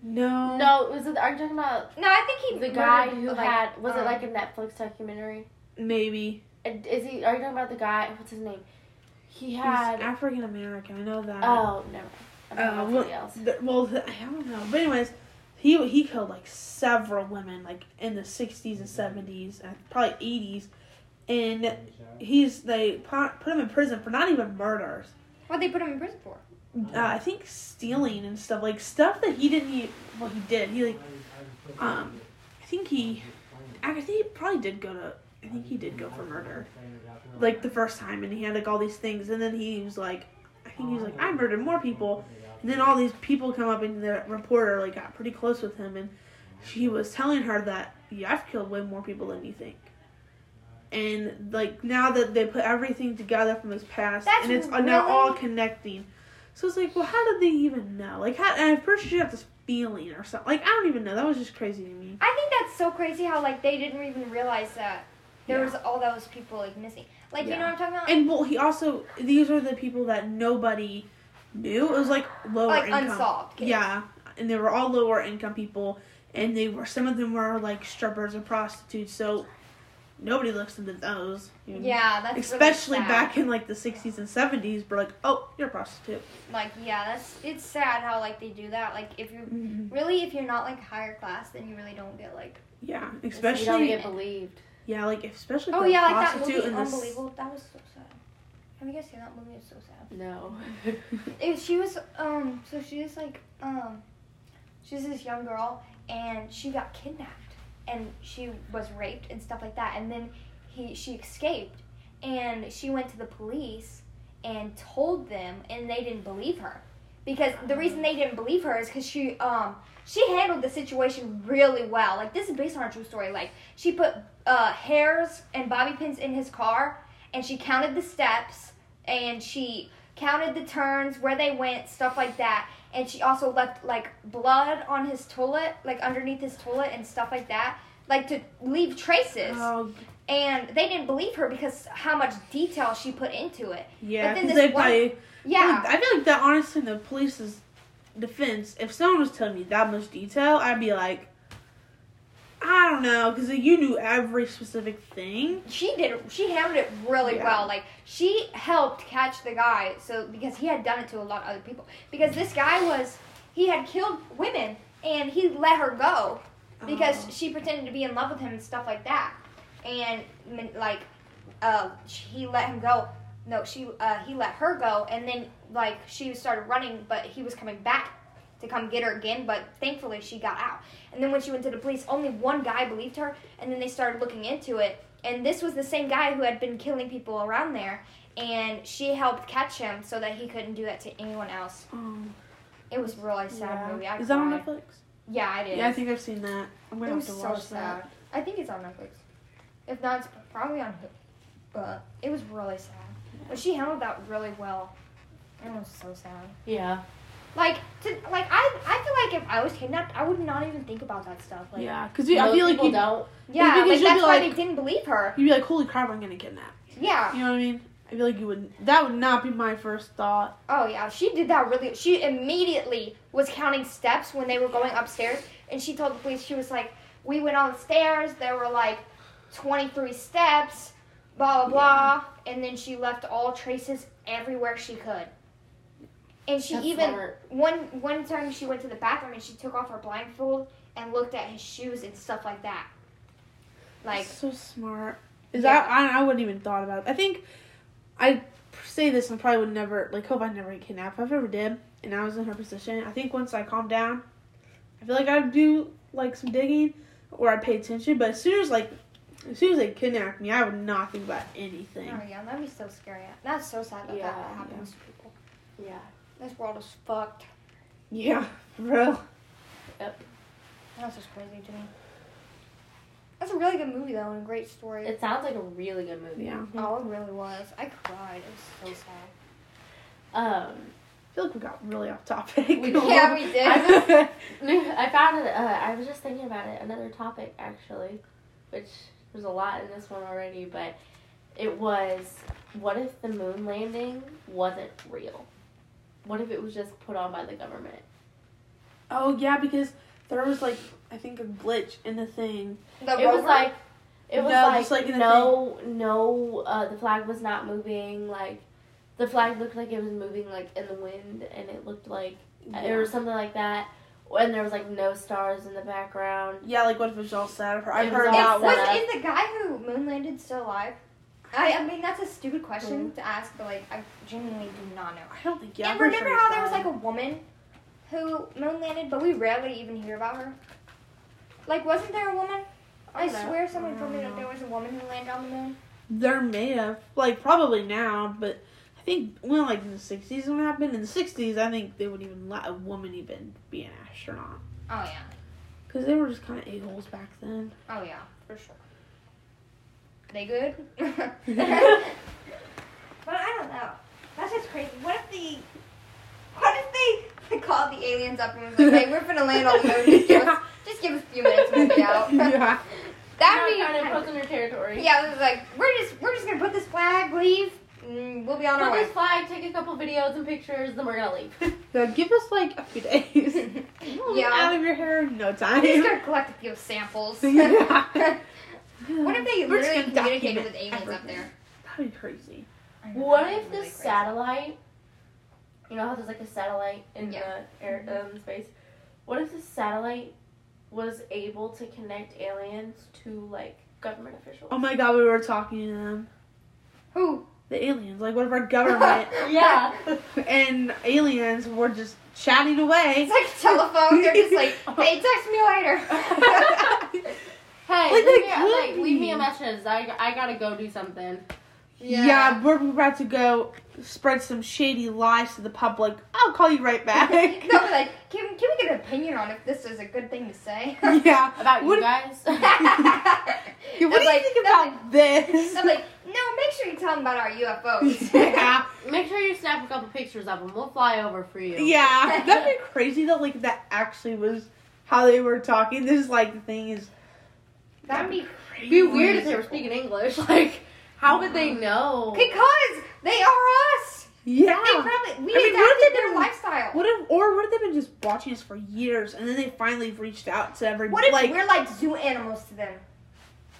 Speaker 3: No,
Speaker 2: No, was it? Are you talking about
Speaker 1: No, I think he
Speaker 2: the guy
Speaker 1: murdered,
Speaker 2: who
Speaker 1: like,
Speaker 2: had? Was it
Speaker 1: um,
Speaker 2: like a Netflix documentary?
Speaker 3: maybe
Speaker 2: And Is he? Are you talking about the guy? What's his name? He
Speaker 3: he's
Speaker 2: had.
Speaker 3: African American. I know that.
Speaker 2: Oh, never. I don't
Speaker 3: Uh,
Speaker 2: know
Speaker 3: well,
Speaker 2: somebody else.
Speaker 3: The, well, th I don't know. But anyways, he he killed like several women like in the sixties and seventies and probably eighties, and he's they po- put him in prison for not even murders.
Speaker 1: What they put him in prison for?
Speaker 3: Uh, I think stealing and stuff like stuff that he didn't. Even, well, he did. He like
Speaker 4: Um,
Speaker 3: I think he. I think he probably did go to. I think he did go for murder, like the first time, and he had like all these things, and then he was like, I think he was like, I murdered more people, And then all these people come up, and the reporter like got pretty close with him, and she was telling her that yeah, I've killed way more people than you think. And like now that they put everything together from his past,
Speaker 1: That's
Speaker 3: and it's uh, now all
Speaker 1: really-
Speaker 3: connecting. So it's like, well, how did they even know? Like, how? And at first she got this feeling or something. Like, I don't even know. That was just crazy to me.
Speaker 1: I think that's so crazy how like they didn't even realize that there
Speaker 3: Yeah.
Speaker 1: was all those people like missing. Like you
Speaker 3: Yeah.
Speaker 1: know what I'm talking about?
Speaker 3: And well, he also these are the people that nobody knew. It was like lower
Speaker 1: like
Speaker 3: income.
Speaker 1: unsolved. Case.
Speaker 3: Yeah, and they were all lower income people, and they were some of them were like strippers or prostitutes. So nobody looks into those. you know.
Speaker 1: Yeah, that's
Speaker 3: Especially
Speaker 1: really sad.
Speaker 3: back in like the sixties and seventies, we're like, oh, you're a prostitute.
Speaker 1: Like yeah, that's it's sad how like they do that. Like if you're really if you're not like higher class, then you really don't get like
Speaker 3: Yeah,
Speaker 2: you don't
Speaker 3: especially
Speaker 2: get believed.
Speaker 3: yeah, like especially
Speaker 1: oh
Speaker 3: for
Speaker 1: yeah
Speaker 3: a
Speaker 1: like that
Speaker 3: prostitute
Speaker 1: movie
Speaker 3: in this-
Speaker 1: Unbelievable. That was so sad. Have you guys seen that movie? It's so sad.
Speaker 2: No.
Speaker 1: It, she was um so she was like um she was this young girl and she got kidnapped and she was raped and stuff like that and then he she escaped and she went to the police and told them and they didn't believe her because the reason they didn't believe her is because she um she handled the situation really well like this is based on a true story like she put uh, hairs and bobby pins in his car and she counted the steps and she counted the turns, where they went, stuff like that. And she also left like blood on his toilet, like underneath his toilet and stuff like that, like to leave traces.
Speaker 3: Oh
Speaker 1: And they didn't believe her because how much detail she put into it.
Speaker 3: yeah,
Speaker 1: But then
Speaker 3: because
Speaker 1: this
Speaker 3: they
Speaker 1: one-
Speaker 3: probably
Speaker 1: Yeah.
Speaker 3: I feel like that honestly in the police's defense, if someone was telling me that much detail, I'd be like, I don't know, because you knew every specific thing.
Speaker 1: she did she handled it really
Speaker 3: Yeah.
Speaker 1: well like she helped catch the guy so because he had done it to a lot of other people because this guy was he had killed women and he let her go because
Speaker 3: Oh.
Speaker 1: she pretended to be in love with him and stuff like that. And m- like, uh, sh- he let him go. No, she uh, he let her go, and then like she started running, but he was coming back to come get her again. But thankfully, she got out. And then when she went to the police, only one guy believed her, and then they started looking into it. And this was the same guy who had been killing people around there, and she helped catch him so that he couldn't do that to anyone else.
Speaker 3: Um,
Speaker 1: It was a really sad
Speaker 2: Yeah.
Speaker 1: movie. I
Speaker 3: is that on
Speaker 1: cried.
Speaker 3: Netflix?
Speaker 1: Yeah, it is.
Speaker 3: Yeah, I think I've seen that. I'm gonna
Speaker 1: It was
Speaker 3: have to
Speaker 1: so
Speaker 3: watch
Speaker 1: sad.
Speaker 3: that.
Speaker 1: I think it's on Netflix. If not, it's probably on Hulu. But it was really sad. But she handled that really well. It was so sad.
Speaker 2: Yeah.
Speaker 1: Like, to, like I, I feel like if I was kidnapped, I would not even think about that stuff. Like,
Speaker 3: yeah, because I feel like
Speaker 2: people
Speaker 3: you'd,
Speaker 2: don't.
Speaker 1: yeah,
Speaker 3: Because
Speaker 1: like
Speaker 3: you'd be
Speaker 1: that's why they
Speaker 3: like-
Speaker 1: didn't believe her.
Speaker 3: you'd be like, "Holy crap, I'm gonna kidnap."
Speaker 1: Yeah.
Speaker 3: You know what I mean? I feel like you would. That would not be my first thought.
Speaker 1: Oh yeah, she did that really. She immediately was counting steps when they were going upstairs, and she told the police she was like, "We went on the stairs. There were like 23 steps, blah blah blah." And then she left all traces everywhere she could. And she
Speaker 2: That's
Speaker 1: even
Speaker 2: smart.
Speaker 1: one one time she went to the bathroom and she took off her blindfold and looked at his shoes and stuff like that. Like
Speaker 3: That's so smart. Is
Speaker 1: Yeah.
Speaker 3: that I, I wouldn't even thought about it. I think I say this and probably would never like hope I never get kidnapped. If I ever did and I was in her position, I think once I calmed down, I feel like I'd do like some digging or I'd pay attention. But as soon as like as soon as they kidnapped me, I would not think about anything.
Speaker 1: oh yeah, that'd be so scary. That's so sad that
Speaker 2: Yeah,
Speaker 1: that
Speaker 2: yeah.
Speaker 1: happens to people.
Speaker 2: Yeah.
Speaker 1: This world is fucked.
Speaker 3: Yeah, bro.
Speaker 1: That's just crazy to me. That's a really good movie though, and a great story.
Speaker 2: It sounds like a really good movie.
Speaker 3: Yeah,
Speaker 1: oh, it really was. I cried. It was so sad.
Speaker 2: Um,
Speaker 3: I feel like we got really off topic.
Speaker 2: We-
Speaker 1: yeah, we did.
Speaker 2: I found it. Uh, I was just thinking about it. Another topic, actually, which there's a lot in this one already, but it was what if the moon landing wasn't real? What if it was just put on by the government?
Speaker 3: oh yeah, because there was like I think a glitch in the thing.
Speaker 1: The
Speaker 2: it was
Speaker 1: rover?
Speaker 2: like it was
Speaker 3: No,
Speaker 2: like,
Speaker 3: just like in the
Speaker 2: no no uh, the flag was not moving like the flag looked like it was moving like in the wind and it looked like it was something like that and there was like no stars in the background
Speaker 3: Yeah, like what if it was all sad of her? I've
Speaker 2: It was
Speaker 3: heard
Speaker 2: all
Speaker 3: that
Speaker 1: Is-
Speaker 3: one.
Speaker 2: set
Speaker 1: was-
Speaker 2: up.
Speaker 1: is the guy who moon landed still alive? I, I mean that's a stupid question to ask, but like I genuinely do not know.
Speaker 3: I don't think. Mm-hmm. Yeah, I'm
Speaker 1: and
Speaker 3: pretty
Speaker 1: remember
Speaker 3: sure
Speaker 1: how
Speaker 3: it's
Speaker 1: there was like
Speaker 3: that
Speaker 1: a woman who moon landed, but we rarely even hear about her. Like, wasn't there a woman? I
Speaker 2: don't know.
Speaker 1: swear someone
Speaker 3: I
Speaker 1: told me that
Speaker 3: don't know.
Speaker 1: there was a woman who landed on the moon.
Speaker 3: There may have, like, probably now, but I think when, like, in the '60s, when it happened in the '60s, I think they would even let a woman even be an astronaut
Speaker 1: Oh yeah.
Speaker 3: because they were just kind of a holes back then.
Speaker 1: Oh yeah, for sure. They good? but I don't know. That's just crazy. What if the what if they called the aliens up and was like, "Hey, we're finna land on the moon. Just, give, us,
Speaker 3: Yeah.
Speaker 1: just give us a few minutes and we'll be out."
Speaker 3: yeah.
Speaker 1: That would be
Speaker 2: Not
Speaker 1: kind
Speaker 2: kinda
Speaker 1: of,
Speaker 2: close in their territory
Speaker 1: yeah. It was like we're just we're just gonna put this flag, leave, and we'll be on our
Speaker 2: Put
Speaker 1: way.
Speaker 2: this flag, take a couple videos and pictures, then we're gonna leave.
Speaker 3: They're like, give us like a few days. We'll be
Speaker 1: yeah.
Speaker 3: out of your hair in no
Speaker 1: We're
Speaker 3: time.
Speaker 1: just gonna collect a few samples.
Speaker 3: Yeah.
Speaker 1: what if they
Speaker 3: We're just
Speaker 1: literally communicated
Speaker 3: gonna document
Speaker 1: with aliens up
Speaker 3: everything.
Speaker 1: there?
Speaker 3: That'd be crazy.
Speaker 2: what if the
Speaker 1: Really crazy.
Speaker 2: satellite, you know how there's like a satellite in
Speaker 1: Yeah.
Speaker 2: the air um, space? What if the satellite was able to connect aliens to like government officials?
Speaker 3: Oh my god, we were talking to them.
Speaker 1: Who?
Speaker 3: The aliens, like, what if our government
Speaker 2: Yeah.
Speaker 3: and aliens were just chatting away?
Speaker 1: It's like a telephone. They're just like, hey, text me later.
Speaker 2: hey,
Speaker 3: Like,
Speaker 2: leave, me,
Speaker 3: that
Speaker 2: a-
Speaker 3: could
Speaker 2: like, leave me a
Speaker 3: be.
Speaker 2: message. I, I gotta go do something.
Speaker 3: Yeah. we're about to go spread some shady lies to the public. I'll call you right back.
Speaker 1: They'll be like, can, can we get an opinion on if this is a good thing to say?
Speaker 3: yeah.
Speaker 2: About
Speaker 3: What-
Speaker 2: you guys.
Speaker 3: Yeah, what do you
Speaker 1: like-
Speaker 3: think
Speaker 1: that's
Speaker 3: about this?
Speaker 1: I'm like, no, make sure you tell them about our UFOs.
Speaker 3: yeah.
Speaker 2: Make sure you snap a couple pictures of them. We'll fly over for you.
Speaker 3: Yeah. That'd be crazy though, like that actually was how they were talking. This is like the thing is
Speaker 1: That'd be
Speaker 2: It'd be weird if they were speaking English. Like, how would they know?
Speaker 1: because they are us.
Speaker 3: Yeah.
Speaker 1: They probably we
Speaker 3: I mean, what if
Speaker 1: adapted
Speaker 3: they
Speaker 1: their
Speaker 3: didn't-
Speaker 1: lifestyle. What,
Speaker 3: What if or what if they've been just watching us for years and then they finally reached out to everybody
Speaker 1: if
Speaker 3: like
Speaker 1: we're like zoo animals to them?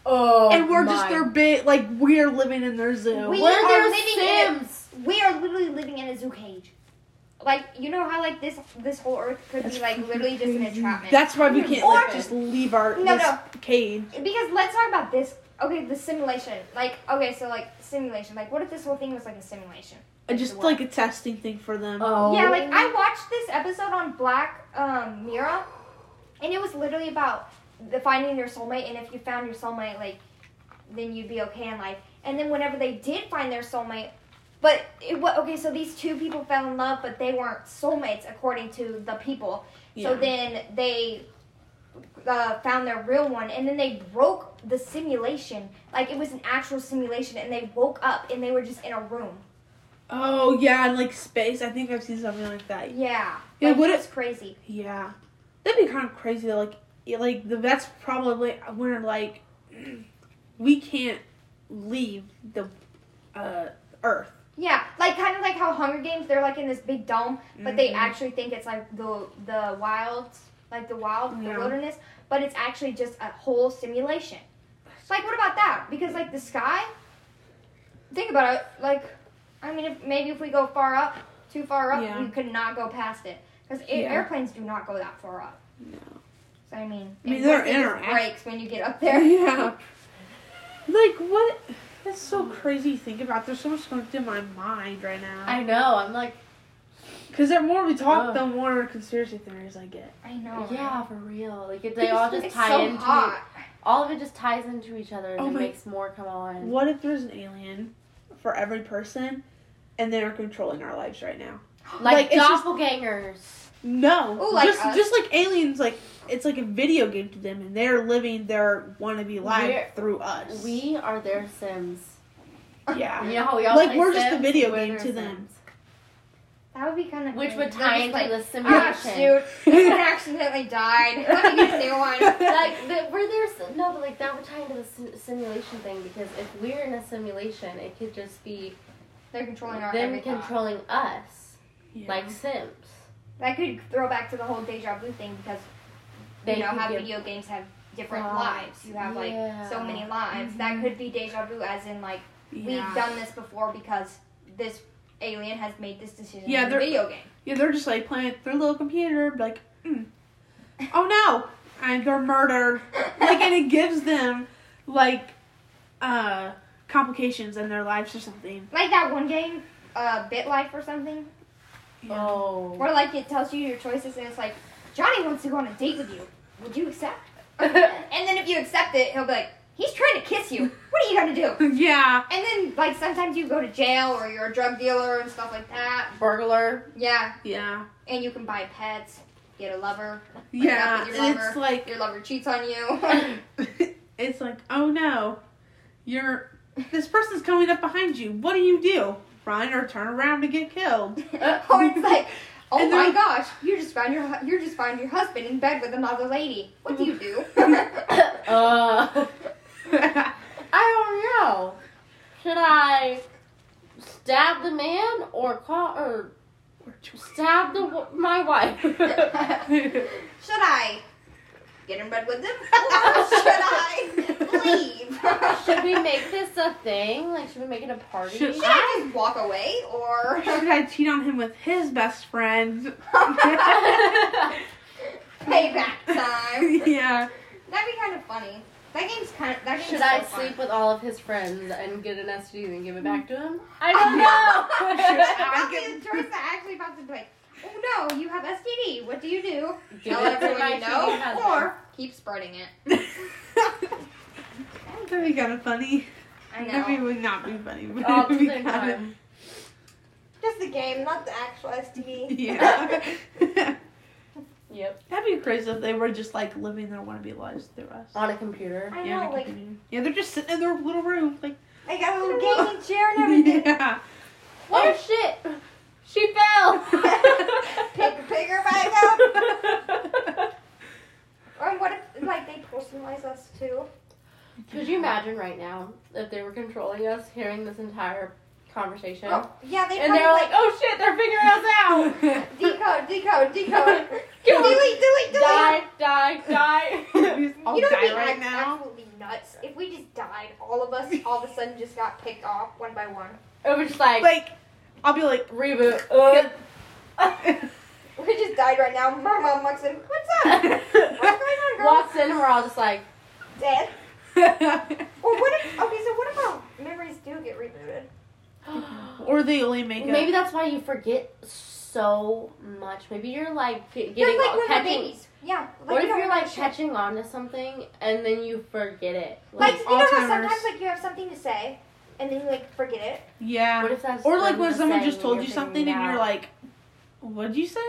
Speaker 2: Oh,
Speaker 3: and we're just
Speaker 2: my
Speaker 3: their big like we're living in their zoo.
Speaker 1: We-
Speaker 2: We're
Speaker 1: are
Speaker 2: their
Speaker 1: living in a-
Speaker 2: Sims.
Speaker 1: We are literally living in a zoo cage. like you know how like this this whole Earth could
Speaker 3: That's
Speaker 1: be like literally just an entrapment.
Speaker 3: That's why we can't like
Speaker 1: Or-
Speaker 3: just leave our
Speaker 1: No,
Speaker 3: this
Speaker 1: no.
Speaker 3: cage.
Speaker 1: because let's talk about this. Okay, the simulation. Like okay, so like simulation. Like what if this whole thing was like a simulation?
Speaker 3: Uh, Just
Speaker 1: What?
Speaker 3: like a testing thing for them.
Speaker 2: Oh.
Speaker 1: Yeah, like I watched this episode on Black um, Mirror, and it was literally about the finding your soulmate, and if you found your soulmate, like then you'd be okay in life. And then whenever they did find their soulmate, but it wa- okay, so these two people fell in love, but they weren't soulmates according to the people.
Speaker 3: Yeah.
Speaker 1: So then they uh, found their real one, and then they broke the simulation. Like it was an actual simulation, and they woke up and they were just in a room.
Speaker 3: oh yeah, and like space. I think I've seen something like that.
Speaker 1: Yeah,
Speaker 3: Yeah,
Speaker 1: like,
Speaker 3: what
Speaker 1: it
Speaker 3: if-
Speaker 1: was crazy.
Speaker 3: Yeah, that'd be kind of crazy. Though. Like, yeah, like the that's probably where like we can't leave the uh Earth.
Speaker 1: Yeah, like kind of like how Hunger Games, they're like in this big dome, but they
Speaker 3: Mhm.
Speaker 1: actually think it's like the the wild, like the wild,
Speaker 3: Yeah.
Speaker 1: the wilderness, but it's actually just a whole simulation. Like, what about that? Because like the sky, think about it. Like, I mean, if, maybe if we go far up, too far up,
Speaker 3: Yeah.
Speaker 1: we could not go past it because
Speaker 3: Yeah.
Speaker 1: airplanes do not go that far up.
Speaker 3: No.
Speaker 1: So I mean,
Speaker 3: I mean,
Speaker 1: and
Speaker 3: they're
Speaker 1: what if it just
Speaker 3: interact-
Speaker 1: breaks when you get up there.
Speaker 3: Yeah. Like what? That's so crazy. to Think about. There's so much going through my mind right now.
Speaker 2: I know. I'm like,
Speaker 3: Because the more we talk,
Speaker 2: Ugh.
Speaker 3: the more conspiracy theories I get.
Speaker 1: I know.
Speaker 2: yeah, for real. Like it- they all just
Speaker 1: it's
Speaker 2: tie
Speaker 1: so
Speaker 2: into
Speaker 1: hot.
Speaker 2: all of it. Just ties into each other and
Speaker 3: Oh
Speaker 2: it
Speaker 3: my-
Speaker 2: makes more come on.
Speaker 3: What if there's an alien for every person, and they're controlling our lives right now?
Speaker 2: Like,
Speaker 3: Like, it's just-
Speaker 2: doppelgangers.
Speaker 3: No,
Speaker 1: Ooh, like
Speaker 3: just
Speaker 1: us.
Speaker 3: just like aliens, like it's like a video game to them, and they're living their wannabe life
Speaker 2: We're-
Speaker 3: through us.
Speaker 2: We are their Sims.
Speaker 3: yeah,
Speaker 2: You know how we all
Speaker 3: Like,
Speaker 2: play
Speaker 3: we're just the
Speaker 2: Sims?
Speaker 3: video
Speaker 2: We're
Speaker 3: game
Speaker 2: their
Speaker 3: to them.
Speaker 2: Sims.
Speaker 1: That would be kind of
Speaker 2: which would tie into the
Speaker 1: Ah,
Speaker 2: simulation.
Speaker 1: shoot. This one accidentally died. Let me get a new one.
Speaker 2: like, but we're there. s- No, but like that would tie into the sim- simulation thing because if we're in a simulation, it could just be
Speaker 1: They're controlling our
Speaker 2: them
Speaker 1: every thought.
Speaker 2: controlling us,
Speaker 3: Yeah.
Speaker 2: like Sims.
Speaker 1: That could throw back to the whole deja vu thing because
Speaker 2: They
Speaker 1: you know
Speaker 2: could
Speaker 1: how
Speaker 2: give
Speaker 1: video games have different
Speaker 2: thoughts.
Speaker 1: lives. You have like so
Speaker 2: Yeah.
Speaker 1: many lives. That could be deja vu, as in like
Speaker 3: yeah.
Speaker 1: we've done this before because this alien has made this decision in
Speaker 3: Yeah,
Speaker 1: the
Speaker 3: they're-
Speaker 1: video game.
Speaker 3: yeah, they're just like playing it through a little computer, like, mm. oh no, and they're murdered. Like, and it gives them like uh complications in their lives or something.
Speaker 1: Like that one game, uh, Bit Life or something,
Speaker 2: Oh.
Speaker 1: where like it tells you your choices and it's like Johnny wants to go on a date with you. Would you accept? and then if you accept it, he'll be like, he's trying to kiss you. What are you gonna do?
Speaker 3: yeah.
Speaker 1: And then, like, sometimes you go to jail or you're a drug dealer and stuff like that.
Speaker 2: Burglar.
Speaker 1: Yeah,
Speaker 3: Yeah.
Speaker 1: and you can buy pets, get a lover.
Speaker 3: Yeah.
Speaker 1: up with your
Speaker 3: and It's
Speaker 1: lover.
Speaker 3: like
Speaker 1: Your lover cheats on you.
Speaker 3: it's like, oh no, you're this person's coming up behind you. What do you do? Run or turn around to get killed?
Speaker 1: or it's like, oh
Speaker 3: And
Speaker 1: my
Speaker 3: then-
Speaker 1: gosh, you just found your hu- you just found your husband in bed with another lady. What do you do?
Speaker 2: Uh, I don't know. Should I stab the man or call or stab the w- my wife?
Speaker 1: Should I get in bed with them? Or should I leave?
Speaker 2: Should we make this a thing? Like, should we make it a party?
Speaker 3: Should-
Speaker 1: Should I just walk away or?
Speaker 3: Should I cheat on him with his best friend?
Speaker 1: Payback time.
Speaker 3: yeah.
Speaker 1: That'd be kind of funny. That game's kind of. That game's
Speaker 2: Should
Speaker 1: so
Speaker 2: I
Speaker 1: fun.
Speaker 2: sleep with all of his friends and get an STD and give it back to him? I don't know.
Speaker 1: That'd be the choice that actually pops into like, oh no, you have STD. What do you do?
Speaker 2: Give
Speaker 1: Tell
Speaker 2: it to
Speaker 1: everyone
Speaker 2: my
Speaker 1: you know,
Speaker 2: cheating
Speaker 1: or keep spreading it.
Speaker 3: That'd be kind of funny.
Speaker 1: I
Speaker 3: That
Speaker 1: know.
Speaker 3: would not be funny. But
Speaker 2: All
Speaker 3: it
Speaker 2: at
Speaker 3: would
Speaker 2: the
Speaker 3: be
Speaker 2: same
Speaker 3: kind of
Speaker 2: time.
Speaker 1: Just the game, not the actual STD.
Speaker 3: yeah.
Speaker 2: Yep.
Speaker 3: That'd be crazy if they were just like living their wannabe lives through us.
Speaker 2: On a computer.
Speaker 1: I
Speaker 3: yeah,
Speaker 1: know,
Speaker 3: on a
Speaker 1: like
Speaker 3: computer. yeah, they're just sitting in their little room, like
Speaker 1: I got a little gaming chair and everything.
Speaker 3: yeah.
Speaker 2: Oh shit! She fell.
Speaker 1: Pick, pick her back up. Or what if like they personalize us too?
Speaker 2: Could you imagine right now if they were controlling us, hearing this entire conversation,
Speaker 1: Oh, yeah, they
Speaker 2: and
Speaker 1: probably
Speaker 2: they're like, "Oh shit, they're figuring us
Speaker 1: decode,
Speaker 2: out."
Speaker 1: decode, decode.
Speaker 2: Kill
Speaker 1: delete,
Speaker 2: him.
Speaker 1: delete, delete.
Speaker 2: Die, die, die.
Speaker 3: I'll
Speaker 1: you know
Speaker 3: die
Speaker 1: what'd be
Speaker 3: right
Speaker 1: ab-
Speaker 3: now.
Speaker 1: absolutely nuts. If we just died, all of us all of a sudden just got picked off one by one.
Speaker 2: it was just like,
Speaker 3: Like, I'll be like,
Speaker 2: reboot. Uh,
Speaker 1: We just died right now. My mom walks in. What's up? What's going on, girl?
Speaker 2: Walks in and we're all just like,
Speaker 1: Dead. Well,
Speaker 3: or
Speaker 1: what if? uh, Okay, so what if our memories do get rebooted?
Speaker 3: they only make up.
Speaker 2: maybe that's why you forget so much. Maybe you're like get-
Speaker 1: Just
Speaker 2: getting
Speaker 1: like when we're
Speaker 2: catching.
Speaker 1: babies. Yeah.
Speaker 2: What
Speaker 1: you
Speaker 2: if
Speaker 1: don't
Speaker 2: you're like
Speaker 1: remember shit.
Speaker 2: catching on to something and then you forget it?
Speaker 1: Like you know how
Speaker 3: Alzheimer's.
Speaker 1: sometimes like you have something to say and then you like forget it.
Speaker 3: yeah.
Speaker 2: what if that's
Speaker 3: Or like
Speaker 2: them
Speaker 3: when someone
Speaker 2: saying
Speaker 3: just
Speaker 2: that
Speaker 3: told
Speaker 2: you're
Speaker 3: you something
Speaker 2: figuring
Speaker 3: and
Speaker 2: it
Speaker 3: you're
Speaker 2: out?
Speaker 3: like, "What'd you say?"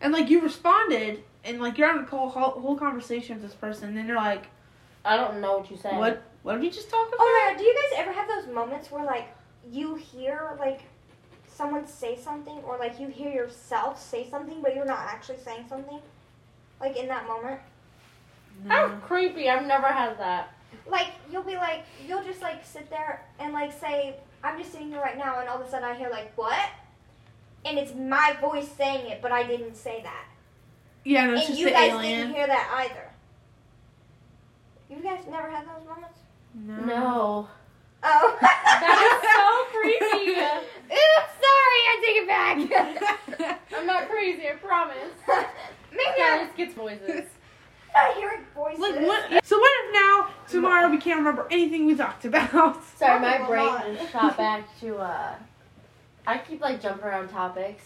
Speaker 3: And like you responded and like you're on a whole whole, whole conversation with this person, and then you're like,
Speaker 2: I don't know what you said.
Speaker 3: "What? What did we just talk about?"
Speaker 1: Oh my god, do you guys ever have those moments where like you hear like someone say something or like you hear yourself say something but you're not actually saying something? Like in that moment?
Speaker 2: That's
Speaker 3: No.
Speaker 2: creepy. I've never had that.
Speaker 1: Like you'll be like you'll just like sit there and like say, I'm just sitting here right now and all of a sudden I hear like what? And it's my voice saying it, but I didn't say that.
Speaker 3: Yeah, no, it's
Speaker 1: And
Speaker 3: just
Speaker 1: you
Speaker 3: the
Speaker 1: guys
Speaker 3: alien.
Speaker 1: didn't hear that either. You guys never had those moments?
Speaker 2: No,
Speaker 1: Oh.
Speaker 2: that is so creepy.
Speaker 1: Oops, sorry, I take it back.
Speaker 2: I'm not crazy. I promise.
Speaker 1: Maybe
Speaker 2: Yeah,
Speaker 1: I'm
Speaker 2: just gets voices.
Speaker 1: not hearing voices.
Speaker 3: Like what? So what if now tomorrow we can't remember anything we talked about?
Speaker 2: Sorry,
Speaker 1: Probably
Speaker 2: my
Speaker 1: will
Speaker 2: brain
Speaker 1: not.
Speaker 2: just shot back to uh. I keep like jumping around topics,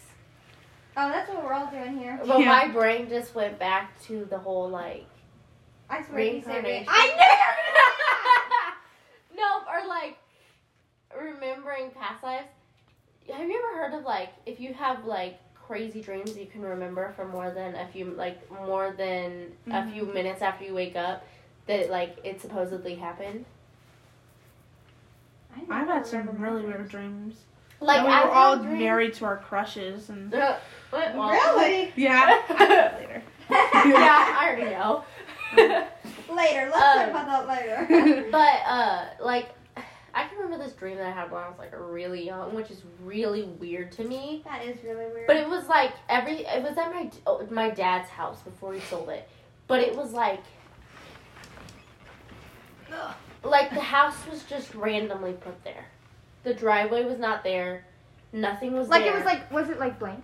Speaker 1: Oh, that's what we're all doing here.
Speaker 2: but
Speaker 3: Yeah.
Speaker 2: my brain just went back to the whole like.
Speaker 1: I swear you said it.
Speaker 2: Reincarnation.
Speaker 1: I knew
Speaker 2: no, or like remembering past lives. Have you ever heard of like if you have like crazy dreams you can remember for more than a few like more than a few minutes after you wake up that like it supposedly happened?
Speaker 1: you were
Speaker 3: I've had some really weird dreams.
Speaker 2: Like
Speaker 3: That we
Speaker 2: I've
Speaker 3: were
Speaker 2: had
Speaker 3: all
Speaker 2: dreams-
Speaker 3: married to our crushes and
Speaker 2: Uh, what? Well,
Speaker 1: Really?
Speaker 3: yeah. later.
Speaker 2: yeah, I already know. Mm.
Speaker 1: later, let's
Speaker 2: Uh,
Speaker 1: talk about that later.
Speaker 2: but uh, like, I can remember this dream that I had when I was like really young, which is really weird to me.
Speaker 1: that is really weird.
Speaker 2: But it was like every it was at my oh, my dad's house before he sold it. But it was like
Speaker 1: Ugh.
Speaker 2: like the house was just randomly put there. The driveway was not there. Nothing was
Speaker 1: like
Speaker 2: there.
Speaker 1: it was like was it like blank?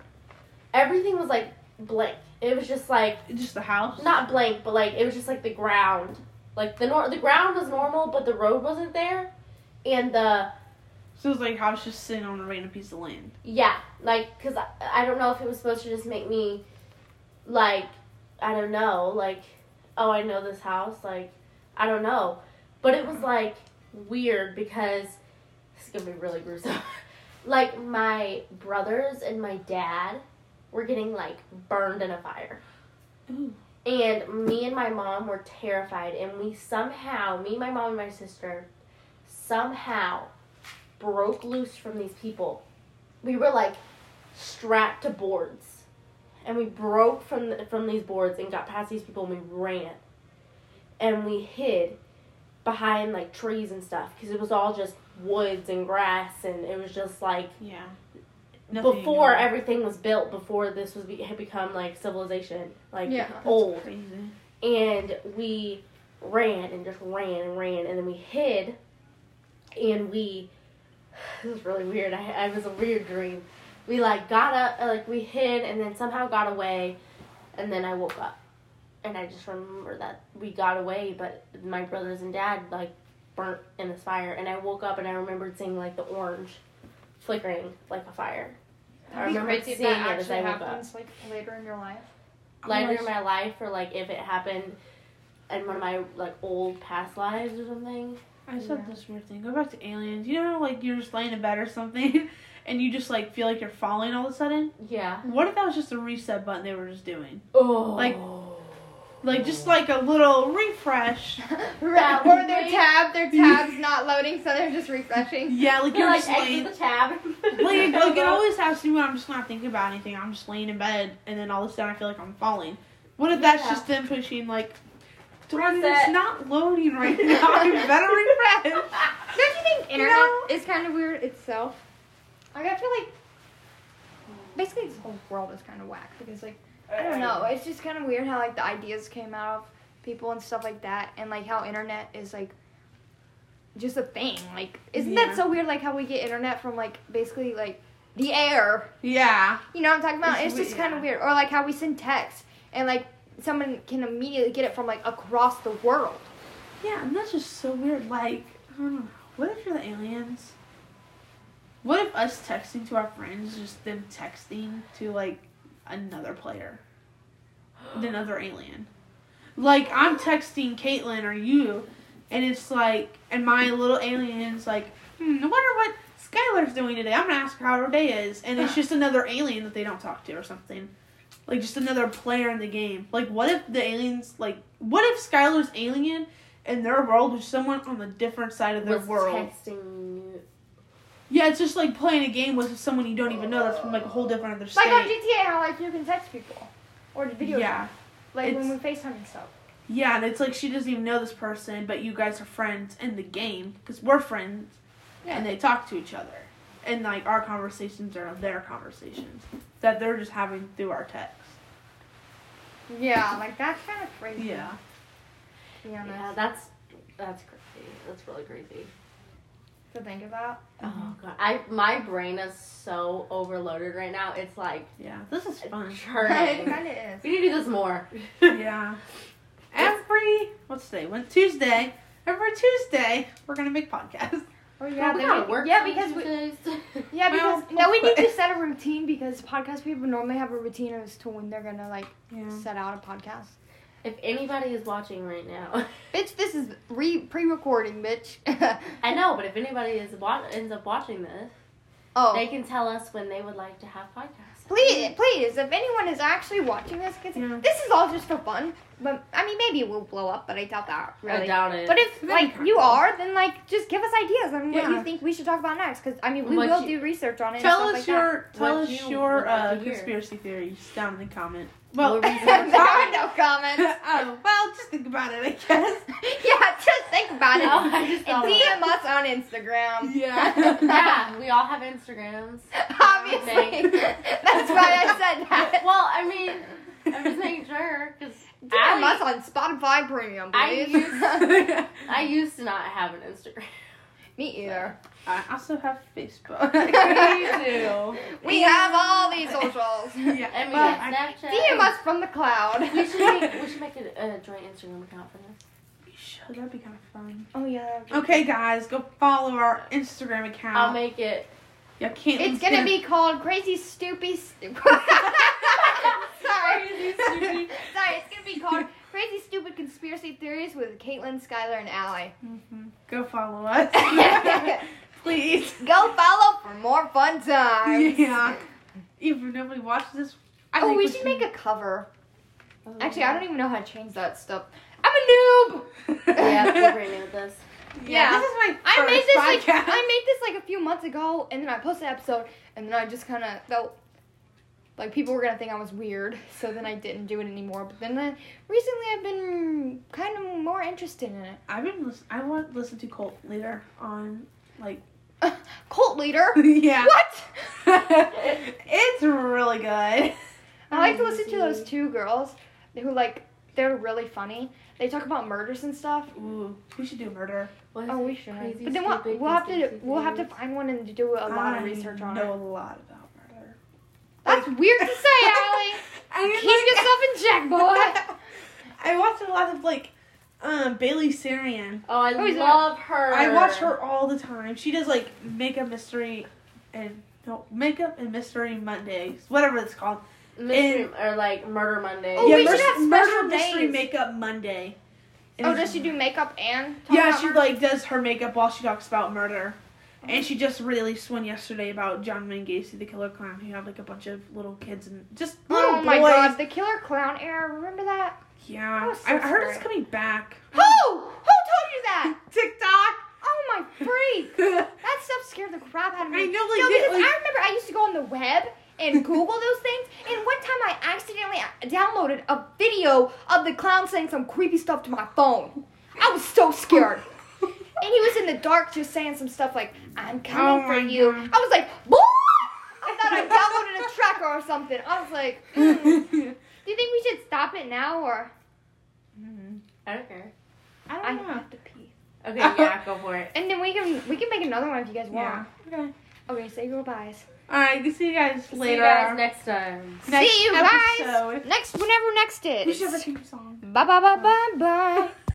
Speaker 2: everything was like blank. It was just like
Speaker 3: Just the house.
Speaker 2: not blank, but like it was just like the ground. Like the nor- the ground was normal, but the road wasn't there, and the
Speaker 3: So it's like house just sitting on a random piece of land.
Speaker 2: yeah, like because I, I don't know if it was supposed to just make me, like, I don't know, like, oh I know this house, like, I don't know, but it was like weird because it's gonna be really gruesome. like my brothers and my dad were getting like burned in a fire.
Speaker 3: Ooh.
Speaker 2: And me and my mom were terrified, and we somehow, me, my mom, and my sister, somehow broke loose from these people. We were like strapped to boards, and we broke from the, from these boards and got past these people, and we ran, and we hid behind like trees and stuff because it was all just woods and grass, and it was just like
Speaker 3: Yeah.
Speaker 2: before everything was built, before this was be- had become like civilization, like
Speaker 1: Yeah.
Speaker 2: old
Speaker 3: Crazy.
Speaker 2: and we ran and just ran and ran and then we hid and we this is really weird I, I was a weird dream we like got up uh, like we hid and then somehow got away and then i woke up and i just remember that we got away but my brothers and dad like burnt in this fire and i woke up and i remembered seeing like the orange flickering like a fire i
Speaker 4: That'd be
Speaker 2: remember
Speaker 4: crazy if
Speaker 2: seeing
Speaker 4: that
Speaker 2: it as i
Speaker 4: actually
Speaker 2: woke up
Speaker 4: happens like later in your life.
Speaker 2: later in my life or like if it happened in one of my like old past lives or something.
Speaker 3: I said this weird thing. Go back to aliens. You know, like you're just laying in bed or something, and you just like feel like you're falling all of a sudden.
Speaker 2: Yeah.
Speaker 3: What if that was just a reset button they were just doing?
Speaker 2: Oh.
Speaker 3: Like- Like just like a little refresh.
Speaker 2: That
Speaker 1: or
Speaker 2: would
Speaker 1: their
Speaker 2: be-
Speaker 1: tab, their tab's not loading, so they're just refreshing.
Speaker 3: Yeah, like
Speaker 2: you're
Speaker 3: you're
Speaker 2: like
Speaker 3: just laying.
Speaker 2: exit the tab.
Speaker 3: Like, like it always happens to me when I'm just not thinking about anything. I'm just laying in bed, and then all of a sudden I feel like I'm falling. What if that's
Speaker 2: Yeah.
Speaker 3: just them pushing like, darn, it's
Speaker 2: Reset.
Speaker 3: not loading right now. I better refresh.
Speaker 1: Don't you think internet
Speaker 3: No.
Speaker 1: is kind of weird itself? Like I feel like basically this whole world is kind of whack because like I don't know, it's just kind of weird how like the ideas came out of people and stuff like that, and like how internet is like just a thing. Like isn't
Speaker 3: Yeah.
Speaker 1: that so weird? Like how we get internet from like basically like the air.
Speaker 3: Yeah.
Speaker 1: You know what I'm talking about? It's,
Speaker 3: It's
Speaker 1: just
Speaker 3: we-
Speaker 1: kind of weird. Or like how we send texts and like someone can immediately get it from like across the world.
Speaker 3: Yeah, and that's just so weird. Like, I don't know. What if you're the aliens? What if us texting to our friends is just them texting to like another player, another alien? Like I'm texting Caitlin or you, and it's like, and my little alien is like, hmm, I wonder what Skylar's doing today. I'm gonna ask her how her day is, and it's just another alien that they don't talk to or something. Like just another player in the game. Like what if the aliens like what if Skylar's alien and their world was someone on the different side of their
Speaker 2: was
Speaker 3: world?
Speaker 2: texting you.
Speaker 3: Yeah, it's just like playing a game with someone you don't even know that's from like a whole different other state.
Speaker 1: Like on GTA, how like you can text people or the video.
Speaker 3: yeah.
Speaker 1: Like when we
Speaker 3: it's-
Speaker 1: FaceTime and stuff.
Speaker 3: Yeah, and it's like she doesn't even know this person, but you guys are friends in the game because we're friends, and they talk to each other, and like our conversations are their conversations that they're just having through our text.
Speaker 1: Yeah, like that's kind of crazy. To be honest,
Speaker 2: Yeah, that's that's crazy. That's really crazy.
Speaker 1: to think about.
Speaker 2: Oh god, I my brain is so overloaded right now. It's like
Speaker 3: yeah, this is fun.
Speaker 1: it
Speaker 2: churning.
Speaker 1: kind of is.
Speaker 2: we need to do this more.
Speaker 3: yeah, every what's today? When Tuesday, every Tuesday we're gonna make podcasts.
Speaker 1: Oh
Speaker 2: Yeah,
Speaker 1: yeah,
Speaker 2: we
Speaker 1: they-
Speaker 2: gotta work.
Speaker 1: yeah,
Speaker 2: some
Speaker 1: because we,
Speaker 2: Tuesdays.
Speaker 1: yeah,
Speaker 3: Well,
Speaker 1: because no, we need
Speaker 3: hopefully.
Speaker 1: to set a routine because podcast people normally have a routine as to when they're gonna like
Speaker 2: Mm-hmm.
Speaker 3: Yeah,
Speaker 1: set out a podcast.
Speaker 2: if anybody is watching right now,
Speaker 1: Bitch, this is re pre-recording, bitch.
Speaker 2: I know, but if anybody is wa- ends up watching this,
Speaker 1: oh,
Speaker 2: they can tell us when they would like to have podcasts.
Speaker 1: Please, please, if anyone is actually watching this, 'cause
Speaker 3: Yeah.
Speaker 1: this is all just for fun. But I mean, maybe it will blow up, but I doubt that.
Speaker 2: I
Speaker 1: Really.
Speaker 2: doubt it.
Speaker 1: But if
Speaker 3: Maybe
Speaker 1: like
Speaker 3: not.
Speaker 1: you are, then like just give us ideas on what
Speaker 3: Yeah.
Speaker 1: you think we should talk about next. Because I mean, we
Speaker 2: What
Speaker 1: will
Speaker 2: you-
Speaker 1: do research on it.
Speaker 3: tell
Speaker 1: and
Speaker 3: us
Speaker 1: stuff like
Speaker 3: your tell
Speaker 2: What
Speaker 3: us
Speaker 2: you would
Speaker 3: your
Speaker 2: like
Speaker 3: uh,
Speaker 2: to hear.
Speaker 3: conspiracy theories down in the comment. Well,
Speaker 2: Well, reason-
Speaker 1: That. there are no comments.
Speaker 3: oh well, just think about it, I guess.
Speaker 1: yeah, just think about it.
Speaker 2: No, Oh, I just
Speaker 1: and
Speaker 2: thought of it.
Speaker 1: DM us on Instagram.
Speaker 2: yeah, we all have Instagrams.
Speaker 1: Obviously, that's why I said that.
Speaker 2: Well, I mean, I'm just making sure because
Speaker 1: DM us
Speaker 2: I,
Speaker 1: on Spotify Premium,
Speaker 2: I
Speaker 1: please.
Speaker 3: I,
Speaker 2: I used to not have an Instagram.
Speaker 1: Me either.
Speaker 3: also have Facebook.
Speaker 2: do.
Speaker 1: We have all these socials.
Speaker 3: yeah,
Speaker 2: And we
Speaker 3: well,
Speaker 2: have
Speaker 3: I-
Speaker 2: Snapchat.
Speaker 1: DM us from the cloud.
Speaker 2: We should make we should make a, a joint Instagram account for this.
Speaker 3: we should. That'd be kind of fun.
Speaker 1: oh yeah.
Speaker 3: Okay, guys, go follow our Instagram
Speaker 1: Uh-huh.
Speaker 3: account.
Speaker 2: I'll make it.
Speaker 3: yeah, can't.
Speaker 1: It's gonna be called Crazy Stoopy. Stu- Sorry.
Speaker 2: Crazy Stupid.
Speaker 1: Sorry, it's gonna be called Crazy Stupid Conspiracy Theories with Caitlin, Skylar, and Allie.
Speaker 3: Mhm. Go follow us, please.
Speaker 1: Go follow for more fun times.
Speaker 3: Yeah. Even if we watch this, I
Speaker 1: Oh,
Speaker 3: think
Speaker 1: we should make a cover.
Speaker 2: Oh,
Speaker 1: Actually, I don't even know how to change that stuff. I'm a noob.
Speaker 2: Yeah, we're brand new with this.
Speaker 1: Yeah.
Speaker 3: This is my first
Speaker 1: I made this
Speaker 3: podcast.
Speaker 1: like I made this like a few months ago, and then I posted an episode, and then I just kind of felt like people were gonna think I was weird, so then I didn't do it anymore. But then I, recently, I've been kind of more interested in it.
Speaker 3: I've been. Listen- I want to listen to Colt later on. Like,
Speaker 1: Cult leader.
Speaker 3: yeah.
Speaker 1: What?
Speaker 3: it's really good.
Speaker 1: I like to listen to those two girls who like they're really funny. They talk about murders and stuff.
Speaker 3: Ooh, we should do murder.
Speaker 2: What is
Speaker 1: Oh,
Speaker 2: it?
Speaker 1: we should.
Speaker 2: Crazy
Speaker 1: But then we'll,
Speaker 2: Stupid
Speaker 1: we'll have to
Speaker 2: Conspiracy
Speaker 1: we'll have to
Speaker 2: Theories.
Speaker 1: find one and do a lot of research on
Speaker 3: know
Speaker 1: it.
Speaker 3: a lot about murder.
Speaker 1: That's weird to say, Allie.
Speaker 3: I mean,
Speaker 1: Keep
Speaker 3: like-
Speaker 1: yourself in check, boy.
Speaker 3: I watched a lot of like um, Bailey Sarian.
Speaker 2: Oh, I
Speaker 1: Who is it?
Speaker 2: love her.
Speaker 3: I watch her all the time. She does like makeup mystery and no makeup and mystery Mondays, whatever it's called.
Speaker 2: Mystery, or like Murder Monday.
Speaker 1: Oh, we should have special
Speaker 3: murder mystery
Speaker 1: days.
Speaker 3: makeup Monday. And
Speaker 1: Oh,
Speaker 3: it's-
Speaker 1: does she do makeup and? talk
Speaker 3: Yeah,
Speaker 1: about
Speaker 3: she
Speaker 1: murder?
Speaker 3: like does her makeup while she talks about murder. And she just released one yesterday about John Wayne Gacy, the killer clown, who had like a bunch of little kids and just little
Speaker 1: Oh my
Speaker 3: boys.
Speaker 1: god, the killer clown era. Remember that? That
Speaker 3: Yeah,
Speaker 1: was so
Speaker 3: I, I heard it's
Speaker 1: scary.
Speaker 3: coming back.
Speaker 1: Who? Who told you that?
Speaker 3: TikTok.
Speaker 1: Oh my freak!
Speaker 3: I
Speaker 1: That stuff scared the crap out of me.
Speaker 3: know, like,
Speaker 1: no,
Speaker 3: they-
Speaker 1: because
Speaker 3: like-
Speaker 1: I remember I used to go on the web and Google those things. And one time I accidentally uh, downloaded a video of the clown saying some creepy stuff to my phone. I was so scared. And he was in the dark just saying some stuff like, I'm coming
Speaker 3: Oh
Speaker 1: for
Speaker 3: my
Speaker 1: you.
Speaker 3: God.
Speaker 1: I was like, Boy! I thought I downloaded a tracker or something. I was like, mm. Do you think we should stop it now or?
Speaker 2: I don't care.
Speaker 3: Mm-hmm. I don't
Speaker 1: I
Speaker 3: know.
Speaker 1: have to pee.
Speaker 2: Okay, yeah, go for it.
Speaker 1: And then we can we can make another one if you guys want.
Speaker 3: Okay.
Speaker 1: Okay, say your goodbyes.
Speaker 3: All right, see you guys later.
Speaker 2: See you guys next time.
Speaker 1: See you guys
Speaker 3: episode.
Speaker 1: next whenever next
Speaker 3: We should have a
Speaker 1: is.
Speaker 3: theme song.
Speaker 1: Bye bye bye bye bye.